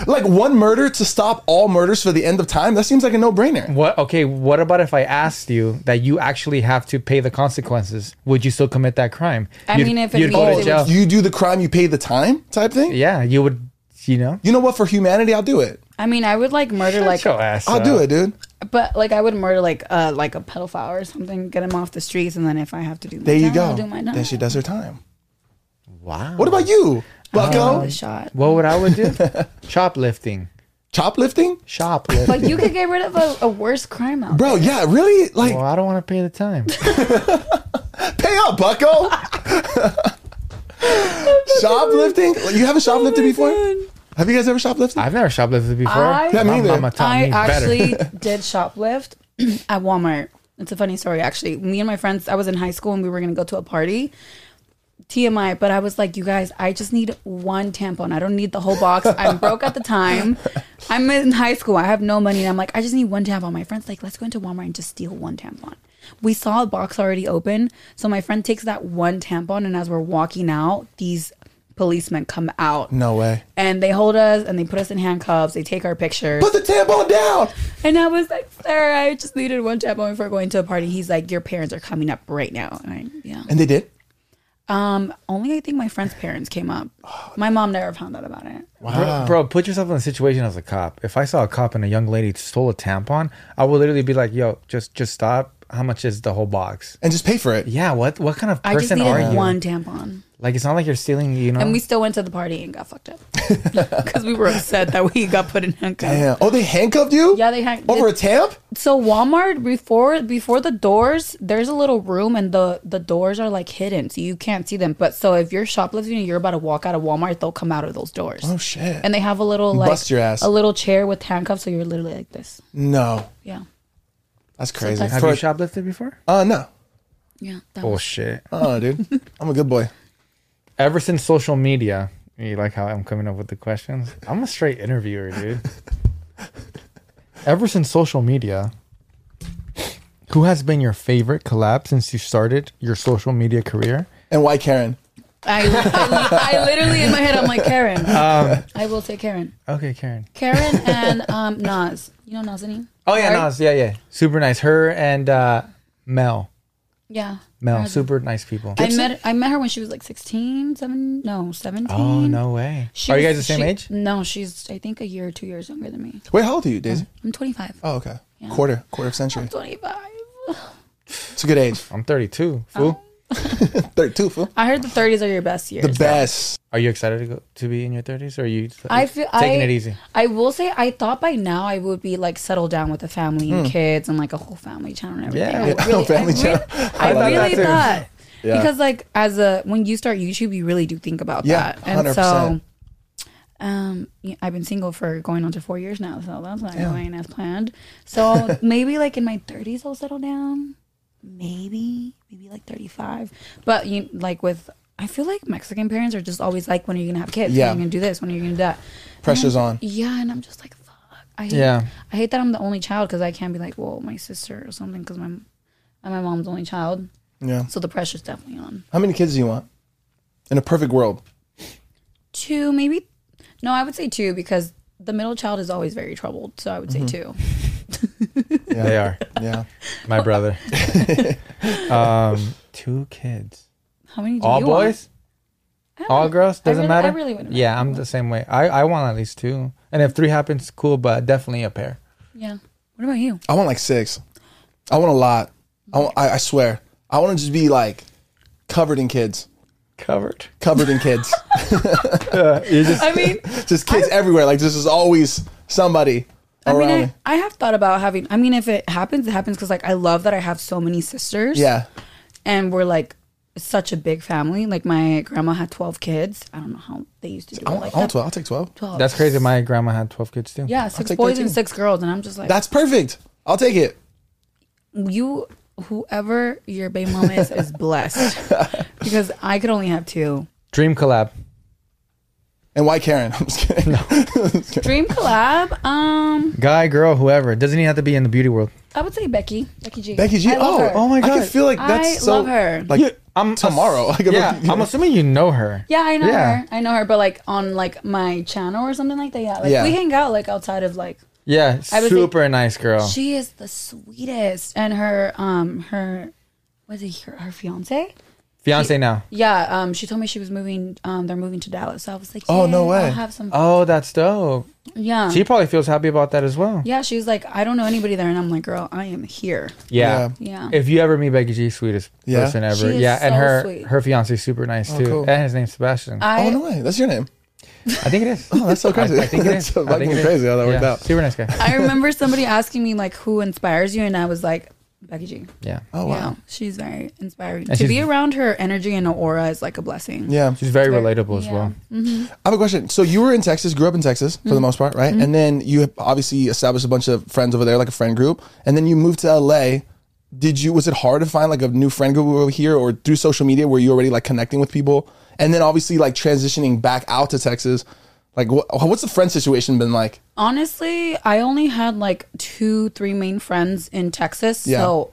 S1: Like one murder to stop all murders for the end of time. That seems like a no-brainer.
S2: what? Okay, what about if I asked you that you actually have to pay the consequences? Would you still commit that crime?
S3: I
S2: You'd-
S3: mean, if it
S2: you'd go
S3: means
S2: to
S3: it
S2: jail.
S3: was-
S1: You do the crime, you pay the time type thing.
S2: yeah, you would. You know,
S1: You know what? For humanity, I'll do it.
S3: I mean, I would like murder like,
S2: Shut your ass
S1: I'll
S2: up.
S1: do it, dude.
S3: but like I would murder like uh like a pedophile or something, get him off the streets, and then if I have to do my
S1: There you
S3: time,
S1: go.
S3: I'll do my
S1: Then she
S3: time.
S1: does her time.
S2: Wow.
S1: What about you, Bucko?
S3: Oh, shot.
S2: What would I would do? Shoplifting.
S1: Choplifting?
S2: Shoplifting.
S3: But you could get rid of a, a worse crime out.
S1: Bro, yeah, really? Like,
S2: Well, I don't want to pay the time.
S1: pay up, Bucko. shoplifting? You haven't
S3: Oh
S1: shoplifted before? Have you guys ever shoplifted?
S2: I've never shoplifted before.
S3: I- Yeah,
S1: me
S2: My
S1: either.
S2: mama taught
S3: I
S2: me better.
S3: actually did shoplift at Walmart. It's a funny story, actually. Me and my friends, I was in high school and we were going to go to a party. TMI, but I was like, you guys, I just need one tampon. I don't need the whole box. I'm broke at the time. I'm in high school. I have no money. And I'm like, I just need one tampon. My friend's like, let's go into Walmart and just steal one tampon. We saw a box already open. So my friend takes that one tampon. And as we're walking out, these policemen come out
S1: no way.
S3: and they hold us and they put us in handcuffs. They take our pictures.
S1: Put the tampon down.
S3: And I was like, sir, I just needed one tap on before going to a party. He's like, your parents are coming up right now. And I, yeah.
S1: And they did.
S3: Um, only I think my friend's parents came up. My mom never found out about it.
S2: Bro, bro, put yourself in the situation as a cop. If I saw a cop and a young lady stole a tampon, I would literally be like, "Yo, just just stop. How much is the whole box?"
S1: And just pay for it.
S2: Yeah, what what kind of
S3: I just
S2: person are
S3: needed
S2: you?
S3: one tampon.
S2: Like, it's not like you're stealing. You know,
S3: And we still went to the party and got fucked up because we were upset that we got put in handcuffs.
S1: Damn. Oh, they handcuffed you?
S3: Yeah, they hand-
S1: Over a tamp?
S3: So Walmart before before the doors, there's a little room and the the doors are like hidden, so you can't see them. But so if you're shoplifting and you're about to walk out of Walmart, they'll come out of those doors.
S1: Oh, shit.
S3: and they have a little like
S1: Bust your ass.
S3: a little chair with handcuffs, so you're literally like this.
S1: No.
S3: Yeah,
S1: That's crazy.
S3: that's-
S2: have
S1: For-
S2: you shoplifted before?
S1: uh, no.
S3: yeah. That was-
S2: Bullshit.
S1: Oh, dude. I'm a good boy.
S2: Ever since social media, you like how I'm coming up with the questions? I'm a straight interviewer, dude. Ever since social media, who has been your favorite collab since you started your social media career?
S1: And why Karen?
S3: I, I I literally in my head I'm like Karen.
S2: Um,
S3: I will say Karen,
S2: Okay, Karen.
S3: Karen and um Nas. You know Nazanin?
S2: Oh yeah,
S3: Right?
S2: Nas. Yeah, yeah. Super nice. Her and uh, Mel.
S3: Yeah.
S2: Mel,
S3: Her-
S2: super nice people.
S3: I met I met her when she was like 16, 7, no, 17.
S2: Oh no way. Are you guys the
S3: was-
S2: same
S3: she-
S2: age?
S3: No, she's I think a year or two years younger than me.
S1: Wait, how old are you, Daisy?
S3: I'm 25.
S1: Oh, okay. Quarter, quarter of century.
S3: 25.
S1: It's a good age.
S2: I'm 32. Fool.
S3: Oh.
S1: 32, fool.
S3: I heard the 30s are your best years.
S1: The best.
S2: Are you excited to go to be in your 30s, or are you just,
S3: I feel
S2: taking
S3: I,
S2: it easy?
S3: I will say I thought by now I would be like settled down with a family and kids and like a whole family channel and everything.
S2: Yeah.
S3: I
S2: Yeah,
S3: really,
S1: family
S3: I
S1: channel.
S3: Really,
S1: I
S3: I,
S1: like
S3: really
S2: that too.
S3: thought
S1: Yeah.
S3: because like as a when you start YouTube you really do think about
S1: Yeah,
S3: that and so
S1: 100%.
S3: um yeah, I've been single for going on to four years now so that's not going as planned so maybe like in my 30s I'll settle down maybe maybe like 35 but you like with I feel like Mexican parents are just always like, when are you gonna have kids?
S1: Yeah.
S3: When are you gonna do this? When are you gonna do that? And
S1: Pressure's
S3: I'm-
S1: on.
S3: Yeah, and I'm just like, fuck. I hate,
S2: Yeah.
S3: I hate that I'm the only child because I can't be like, well, my sister or something because my I'm my mom's only child.
S1: Yeah.
S3: So the pressure's definitely on.
S1: How many kids do you want? In a perfect world.
S3: Two, maybe. No, I would say two because the middle child is always very troubled. So I would say two.
S2: They are
S1: Yeah.
S2: my brother. um, two kids,
S3: How many? Do
S2: all
S3: you
S2: boys,
S3: Want? I don't
S2: all
S3: know.
S2: girls.
S3: I
S2: Doesn't
S3: really-
S2: matter.
S3: I really wouldn't.
S2: yeah, I'm the same way. I I want at least two, and if three happens, cool. But definitely a pair.
S3: Yeah. What about you?
S1: I want like six. I want a lot. I, want, I, I swear. I want to just be like covered in kids.
S2: Covered.
S1: Covered in kids.
S2: you just
S3: I mean,
S1: just kids everywhere. Like this is always somebody
S3: I
S1: around
S3: mean,
S1: me.
S3: I, I have thought about having. I mean, if it happens, it happens because like I love that I have so many sisters.
S1: Yeah.
S3: and we're like such a big family. Like my grandma had twelve kids. I don't know how they used to do
S1: I
S3: it
S1: want,
S3: like
S1: I want
S3: that.
S1: 12. I'll take 12.
S3: Twelve.
S2: that's crazy. My grandma had twelve kids too.
S3: yeah, six
S1: take
S3: boys and
S1: 13.
S3: six girls, and I'm just like
S1: That's perfect. I'll take it.
S3: you. Whoever your baby mama is is blessed because I could only have two.
S2: Dream collab.
S1: And why Karen? I'm just kidding.
S3: Dream collab. Um,
S2: Guy, girl, whoever. Doesn't even have to be in the beauty world.
S3: I would say Becky. Becky G.
S1: Becky G.
S3: I love
S1: Oh,
S3: her.
S1: oh my god. I
S2: God.
S1: can feel like that's
S3: I
S1: so
S3: love her.
S1: like
S2: I'm
S1: tomorrow. Like, I'm
S2: yeah,
S1: like-
S2: I'm assuming you know her.
S3: Yeah, I know
S2: Yeah.
S3: her. I know her, but like on like my channel or something like that. Yeah, like
S1: Yeah.
S3: we hang out like outside of like
S2: Yeah,
S3: I was
S2: super nice
S1: Oh.
S2: girl.
S3: She is the sweetest, and her um her was it her, her fiance?
S2: Fiance now.
S3: Yeah, um she told me she was moving. Um, they're moving to Dallas. So I was like,
S1: Oh, no
S3: "Yay,
S1: way.
S3: I'll have some.
S2: Oh, that's dope.
S3: yeah,
S2: She probably feels happy about that as well.
S3: yeah. She was like, I don't know anybody there, and I'm like, girl, I am here.
S2: Yeah.
S3: Yeah.
S2: If you ever meet Becky G, sweetest
S1: Yeah. Oh,
S2: person ever.
S3: She is
S2: yeah, and
S3: so
S2: her
S3: sweet. Uh,
S2: her fiance super nice too.
S1: cool.
S2: And his name's Sebastian. I,
S3: I
S1: oh no way. That's your name.
S2: think it is.
S1: Oh, That's so crazy.
S2: I think it
S1: that's
S2: is.
S1: so
S2: I think
S1: fucking
S2: it is.
S1: crazy how that worked
S2: Yeah,
S1: out.
S2: Super nice guy.
S3: I remember somebody asking me like, who inspires you, and I was like, Becky G.
S2: Yeah.
S1: Oh wow.
S3: Yeah, she's very inspiring.
S2: And
S3: to be
S2: she's-
S3: around her energy and her aura is like a blessing.
S1: Yeah.
S2: She's very
S3: Very-
S2: relatable as well.
S1: I have a question. So you were in Texas, grew up in Texas for the most part, right? And then you obviously established a bunch of friends over there, like a friend group. And then you moved to LA. Did you was it hard to find like a new friend group over here or through social media were you already like connecting with people? And then obviously like transitioning back out to Texas. Like what, what's the friend situation been like?
S3: Honestly, I only had like two, three main friends in Texas.
S1: Yeah.
S3: So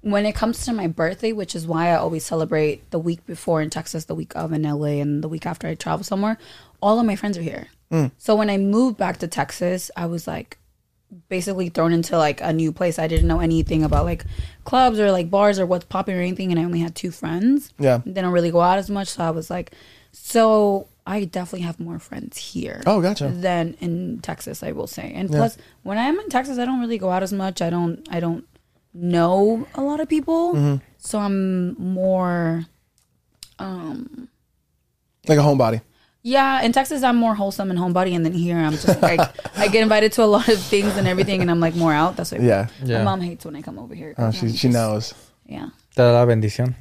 S3: when it comes to my birthday, which is why I always celebrate the week before in Texas, the week of in LA, and the week after I travel somewhere, all of my friends are here.
S1: Mm.
S3: So when I moved back to Texas, I was like basically thrown into like a new place. I didn't know anything about like clubs or like bars or what's popping or anything, and I only had two friends.
S1: Yeah.
S3: They don't really go out as much. So I was like, so I definitely have more friends here
S1: Oh, gotcha.
S3: than in Texas, I will say. And plus, when I am in Texas, I don't really go out as much. I don't I don't know a lot of people,
S1: Mm-hmm.
S3: so I'm more um,
S1: Like a homebody.
S3: yeah. In Texas, I'm more wholesome and homebody, and then here I'm just like I get invited to a lot of things and everything, and I'm like more out. That's why
S1: Yeah.
S2: Yeah.
S3: my mom hates when I come over here.
S1: Oh,
S3: 'cause
S1: she
S3: I'm
S1: she
S3: just-
S1: knows.
S3: Yeah.
S2: Te da la bendición.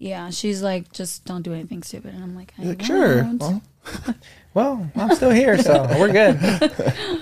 S3: Yeah, she's like, just don't do anything stupid, and I'm like, I
S1: Like, sure.
S3: won't.
S1: Well,
S2: Well, I'm still here, so we're good.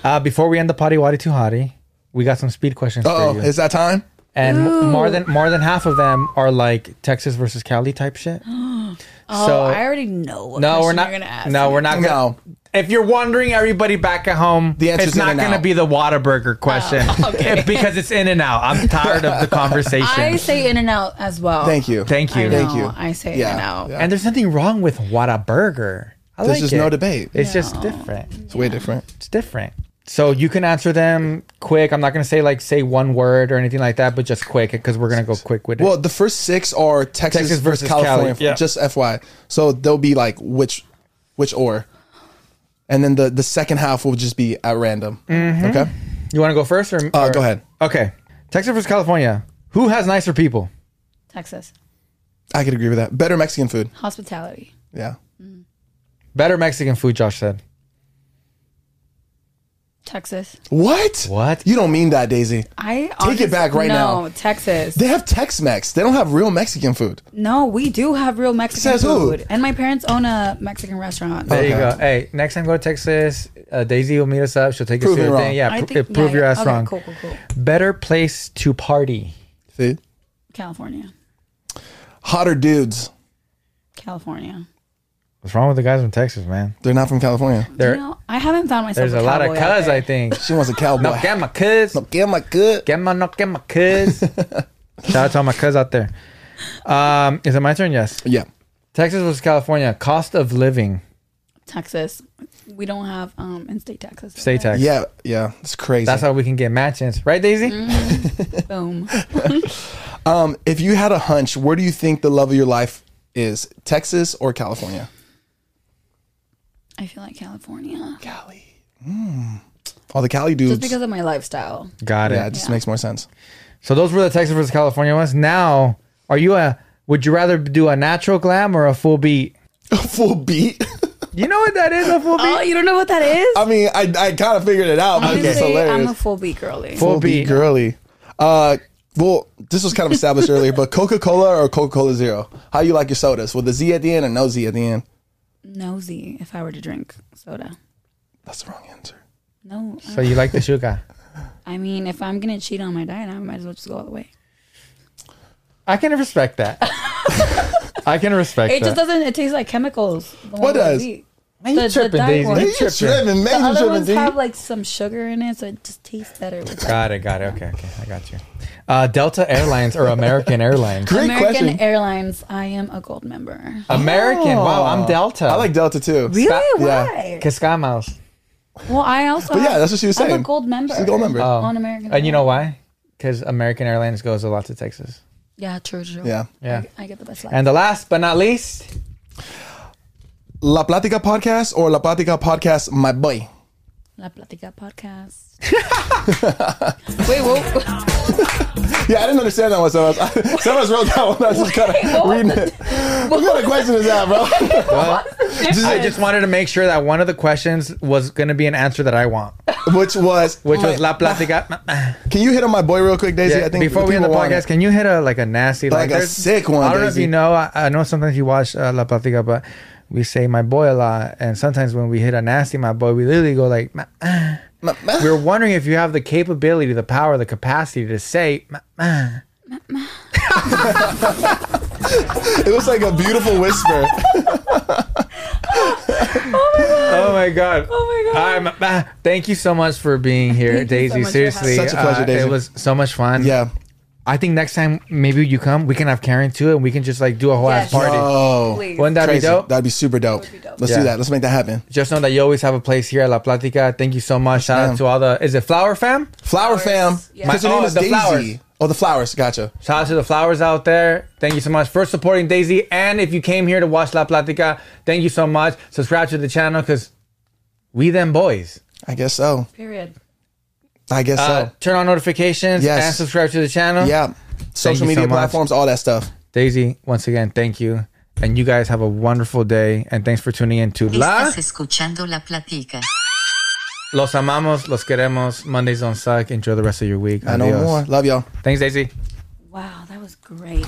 S2: Uh, before we end the potty waddy to hottie, we got some speed questions
S1: oh,
S2: for you.
S1: it's that time?
S2: and m- more than more than half of them are like Texas versus Cali type shit.
S3: oh,
S2: so
S3: I already know. What
S2: no, we're
S3: question
S2: not.
S3: You're gonna ask
S2: no,
S3: me.
S2: we're not. Gonna,
S1: No.
S2: If you're wondering, everybody back at home,
S1: The answer's
S2: it's not
S1: in and
S2: going to
S1: out.
S2: be the Whataburger question
S3: Oh, okay.
S2: because it's in and out. I'm tired of the conversation.
S3: I say in and out as well.
S1: Thank you.
S2: Thank
S3: I
S2: you.
S3: know,
S1: Thank you.
S3: I say in and out.
S1: Yeah.
S2: And there's nothing wrong with Whataburger. I
S1: There's
S2: like
S1: just
S2: it.
S1: no debate.
S2: It's just different.
S1: It's way different.
S2: it's different. So you can answer them quick. I'm not gonna say like say one word or anything like that, but just quick because we're gonna go quick with it.
S1: Well, the first six are Texas,
S2: Texas
S1: versus
S2: versus
S1: California.
S2: Cali, yeah.
S1: Just FY. So they'll be like which, which or, and then the the second half will just be at random.
S2: Mm-hmm.
S1: Okay.
S2: you want to go first or,
S1: Uh,
S2: or-
S1: go ahead.
S2: Okay, Texas versus California. Who has nicer people?
S3: Texas
S1: I could agree with that. Better Mexican food.
S3: hospitality.
S1: Yeah.
S2: Better Mexican food, Josh said.
S3: Texas.
S1: What?
S2: What?
S1: You don't mean that, Daisy.
S3: I
S1: Take it back right
S3: no,
S1: now.
S3: Texas.
S1: They have Tex-Mex. They don't have real Mexican food.
S3: No, we do have real Mexican
S1: Says who? Oh.
S3: food, and my parents own a Mexican restaurant.
S2: There you
S1: Okay.
S2: go. Hey, next time go to Texas. Uh, Daisy will meet us up. She'll take
S1: Prove
S2: us
S1: me
S2: to a
S1: wrong.
S2: thing. Yeah,
S3: I
S2: pr-
S3: think-
S2: uh, prove
S3: yeah,
S2: your
S3: yeah.
S2: ass
S3: Okay,
S2: wrong.
S3: Cool, cool, cool.
S2: Better place to party.
S1: See?
S3: California,
S1: Hotter dudes.
S3: California.
S2: What's wrong with the guys from Texas, man?
S1: They're not from California.
S2: There,
S3: you know, I haven't found myself.
S2: there's a lot of
S3: cowboy out
S2: cuz, I
S3: there.
S2: think.
S1: She wants a cowboy.
S2: No, get my cuz.
S1: Get my good.
S2: Get my, no, get my cuz. Shout out to all my cuz out there. Um, is it my turn? Yes.
S1: Yeah.
S2: Texas versus California. Cost of living.
S3: Texas, we don't have um in-state taxes.
S2: State tax.
S1: Yeah. Yeah. It's crazy.
S2: That's how we can get matches. Right, Daisy?
S3: Mm-hmm. Boom.
S1: um, if you had a hunch, where do you think the love of your life is? Texas or California?
S3: I feel like California,
S1: Cali. Mm. All the Cali dudes.
S3: just because of my lifestyle.
S2: Got it.
S1: yeah, it just
S3: Yeah.
S1: makes more sense.
S2: So those were the Texas versus California ones. Now, are you a would you rather do a natural glam or a full beat?
S1: Full beat.
S2: You know what that is, a full beat?
S3: Oh, you don't know what that is?
S1: I mean, I, I kind of figured it out, but
S3: Honestly,
S1: it's hilarious.
S3: I'm a full B girly.
S2: Full
S1: Full beat
S2: beat.
S1: girly. Uh, well, this was kind of established earlier, but Coca Cola or Coca Cola Zero? How you like your sodas with a Z at the end or no Z at the end?
S3: Nosy. If I were to drink soda,
S1: That's the wrong answer.
S3: no.
S2: So you like the sugar.
S3: I mean, if I'm gonna cheat on my diet, I might as well just go all the way.
S2: I can respect that. I can respect
S3: It
S2: that.
S3: just doesn't. It tastes like chemicals. the ones that
S1: does?
S3: we eat.
S2: Man, you
S3: the- the
S2: tripping,
S3: diet
S2: Daisy.
S3: one.
S2: You
S1: Hey, you
S2: tripping.
S1: tripping,
S3: The
S1: man.
S3: other ones
S1: You tripping, dude.
S3: have like some sugar in it, so it just tastes better. With that.
S2: Got it, got it. Okay, okay. I got you. Uh, Delta Airlines or American Airlines?
S1: Great
S3: American
S1: question.
S3: Airlines. I am a gold member.
S2: American. Wow, I'm Delta.
S1: Oh. I like Delta too.
S3: Really?
S1: yeah.
S3: Why?
S2: Cascamos.
S3: Well, I also.
S1: But yeah,
S3: have-
S1: that's what she was saying.
S3: I'm a gold member.
S1: She's a gold member.
S2: Oh.
S3: on American.
S2: And you know
S3: Airlines.
S2: why? Because American Airlines goes a lot to Texas.
S3: Yeah, true, true.
S1: Yeah.
S2: Yeah.
S3: I, I get the best life.
S2: And the last but not least,
S1: La Platica podcast or La Platica podcast, my boy.
S3: La Platica podcast. Wait, whoa.
S1: Yeah, I didn't understand that one. So I was, some of us wrote that one. I was just kind
S3: Wait,
S1: of
S3: what?
S1: reading it. What kind of question is that, bro?
S2: I just wanted to make sure that one of the questions was going to be an answer that I want,
S1: Which was,
S2: which was La Platica.
S1: can you hit on my boy real quick, Daisy?
S2: Yeah, before we end the
S1: people want
S2: podcast,
S1: it.
S2: can you hit a like a nasty
S1: Like a
S2: there's-
S1: sick one,
S2: I don't know
S1: Daisy.
S2: if you know. I, I know sometimes you watch uh, La Platica, but we say my boy a lot, and sometimes when we hit a nasty my boy, we literally go like. "Ma- ah." We We're wondering if you have the capability, the power, the capacity to say. "Ma- ah."
S1: it was like a beautiful whisper.
S2: Oh my god.
S3: Oh my God.
S2: I'm, ah, thank you so much for being here,
S3: Thank you so
S2: Daisy.
S3: much for
S2: Seriously, uh,
S1: having me. Such a pleasure, Daisy.
S2: It was so much fun.
S1: yeah.
S2: I think next time maybe you come, we can have Karen too, and we can just like do a whole
S3: Yes.
S2: ass party.
S1: Oh.
S3: Please.
S2: Wouldn't that be
S1: Crazy.
S2: dope?
S1: That'd be super dope.
S3: That would be dope.
S1: Let's
S2: Yeah.
S1: do that. Let's make that happen.
S2: just know that you always have a place here at La Platica. Thank you so much. Shout out
S1: ma'am.
S2: to all the is it Flower Fam?
S1: Flower Fam.
S3: Flowers. Yeah.
S1: Because her
S2: My-
S1: name
S2: oh,
S1: is
S2: the
S1: Daisy.
S2: flowers.
S1: Oh, the flowers. Gotcha.
S2: Shout out to the flowers out there. Thank you so much for supporting Daisy. And if you came here to watch La Platica, thank you so much. Subscribe to the channel because we them boys.
S1: I guess so.
S3: Period.
S1: I guess
S2: Uh, turn on notifications
S1: Yes.
S2: and subscribe to the channel.
S1: so. Yeah.
S2: Uh, you so
S1: Social media
S2: much.
S1: platforms, all that stuff.
S2: Daisy, once again, thank you. And you guys have a wonderful day. And thanks for tuning in to La.
S4: Estás escuchando la platica.
S2: Los amamos, los queremos. Mondays don't suck. Enjoy the rest of your week.
S1: I know
S2: Adios.
S1: more. Love y'all.
S2: Thanks, Daisy.
S3: Wow, that was great.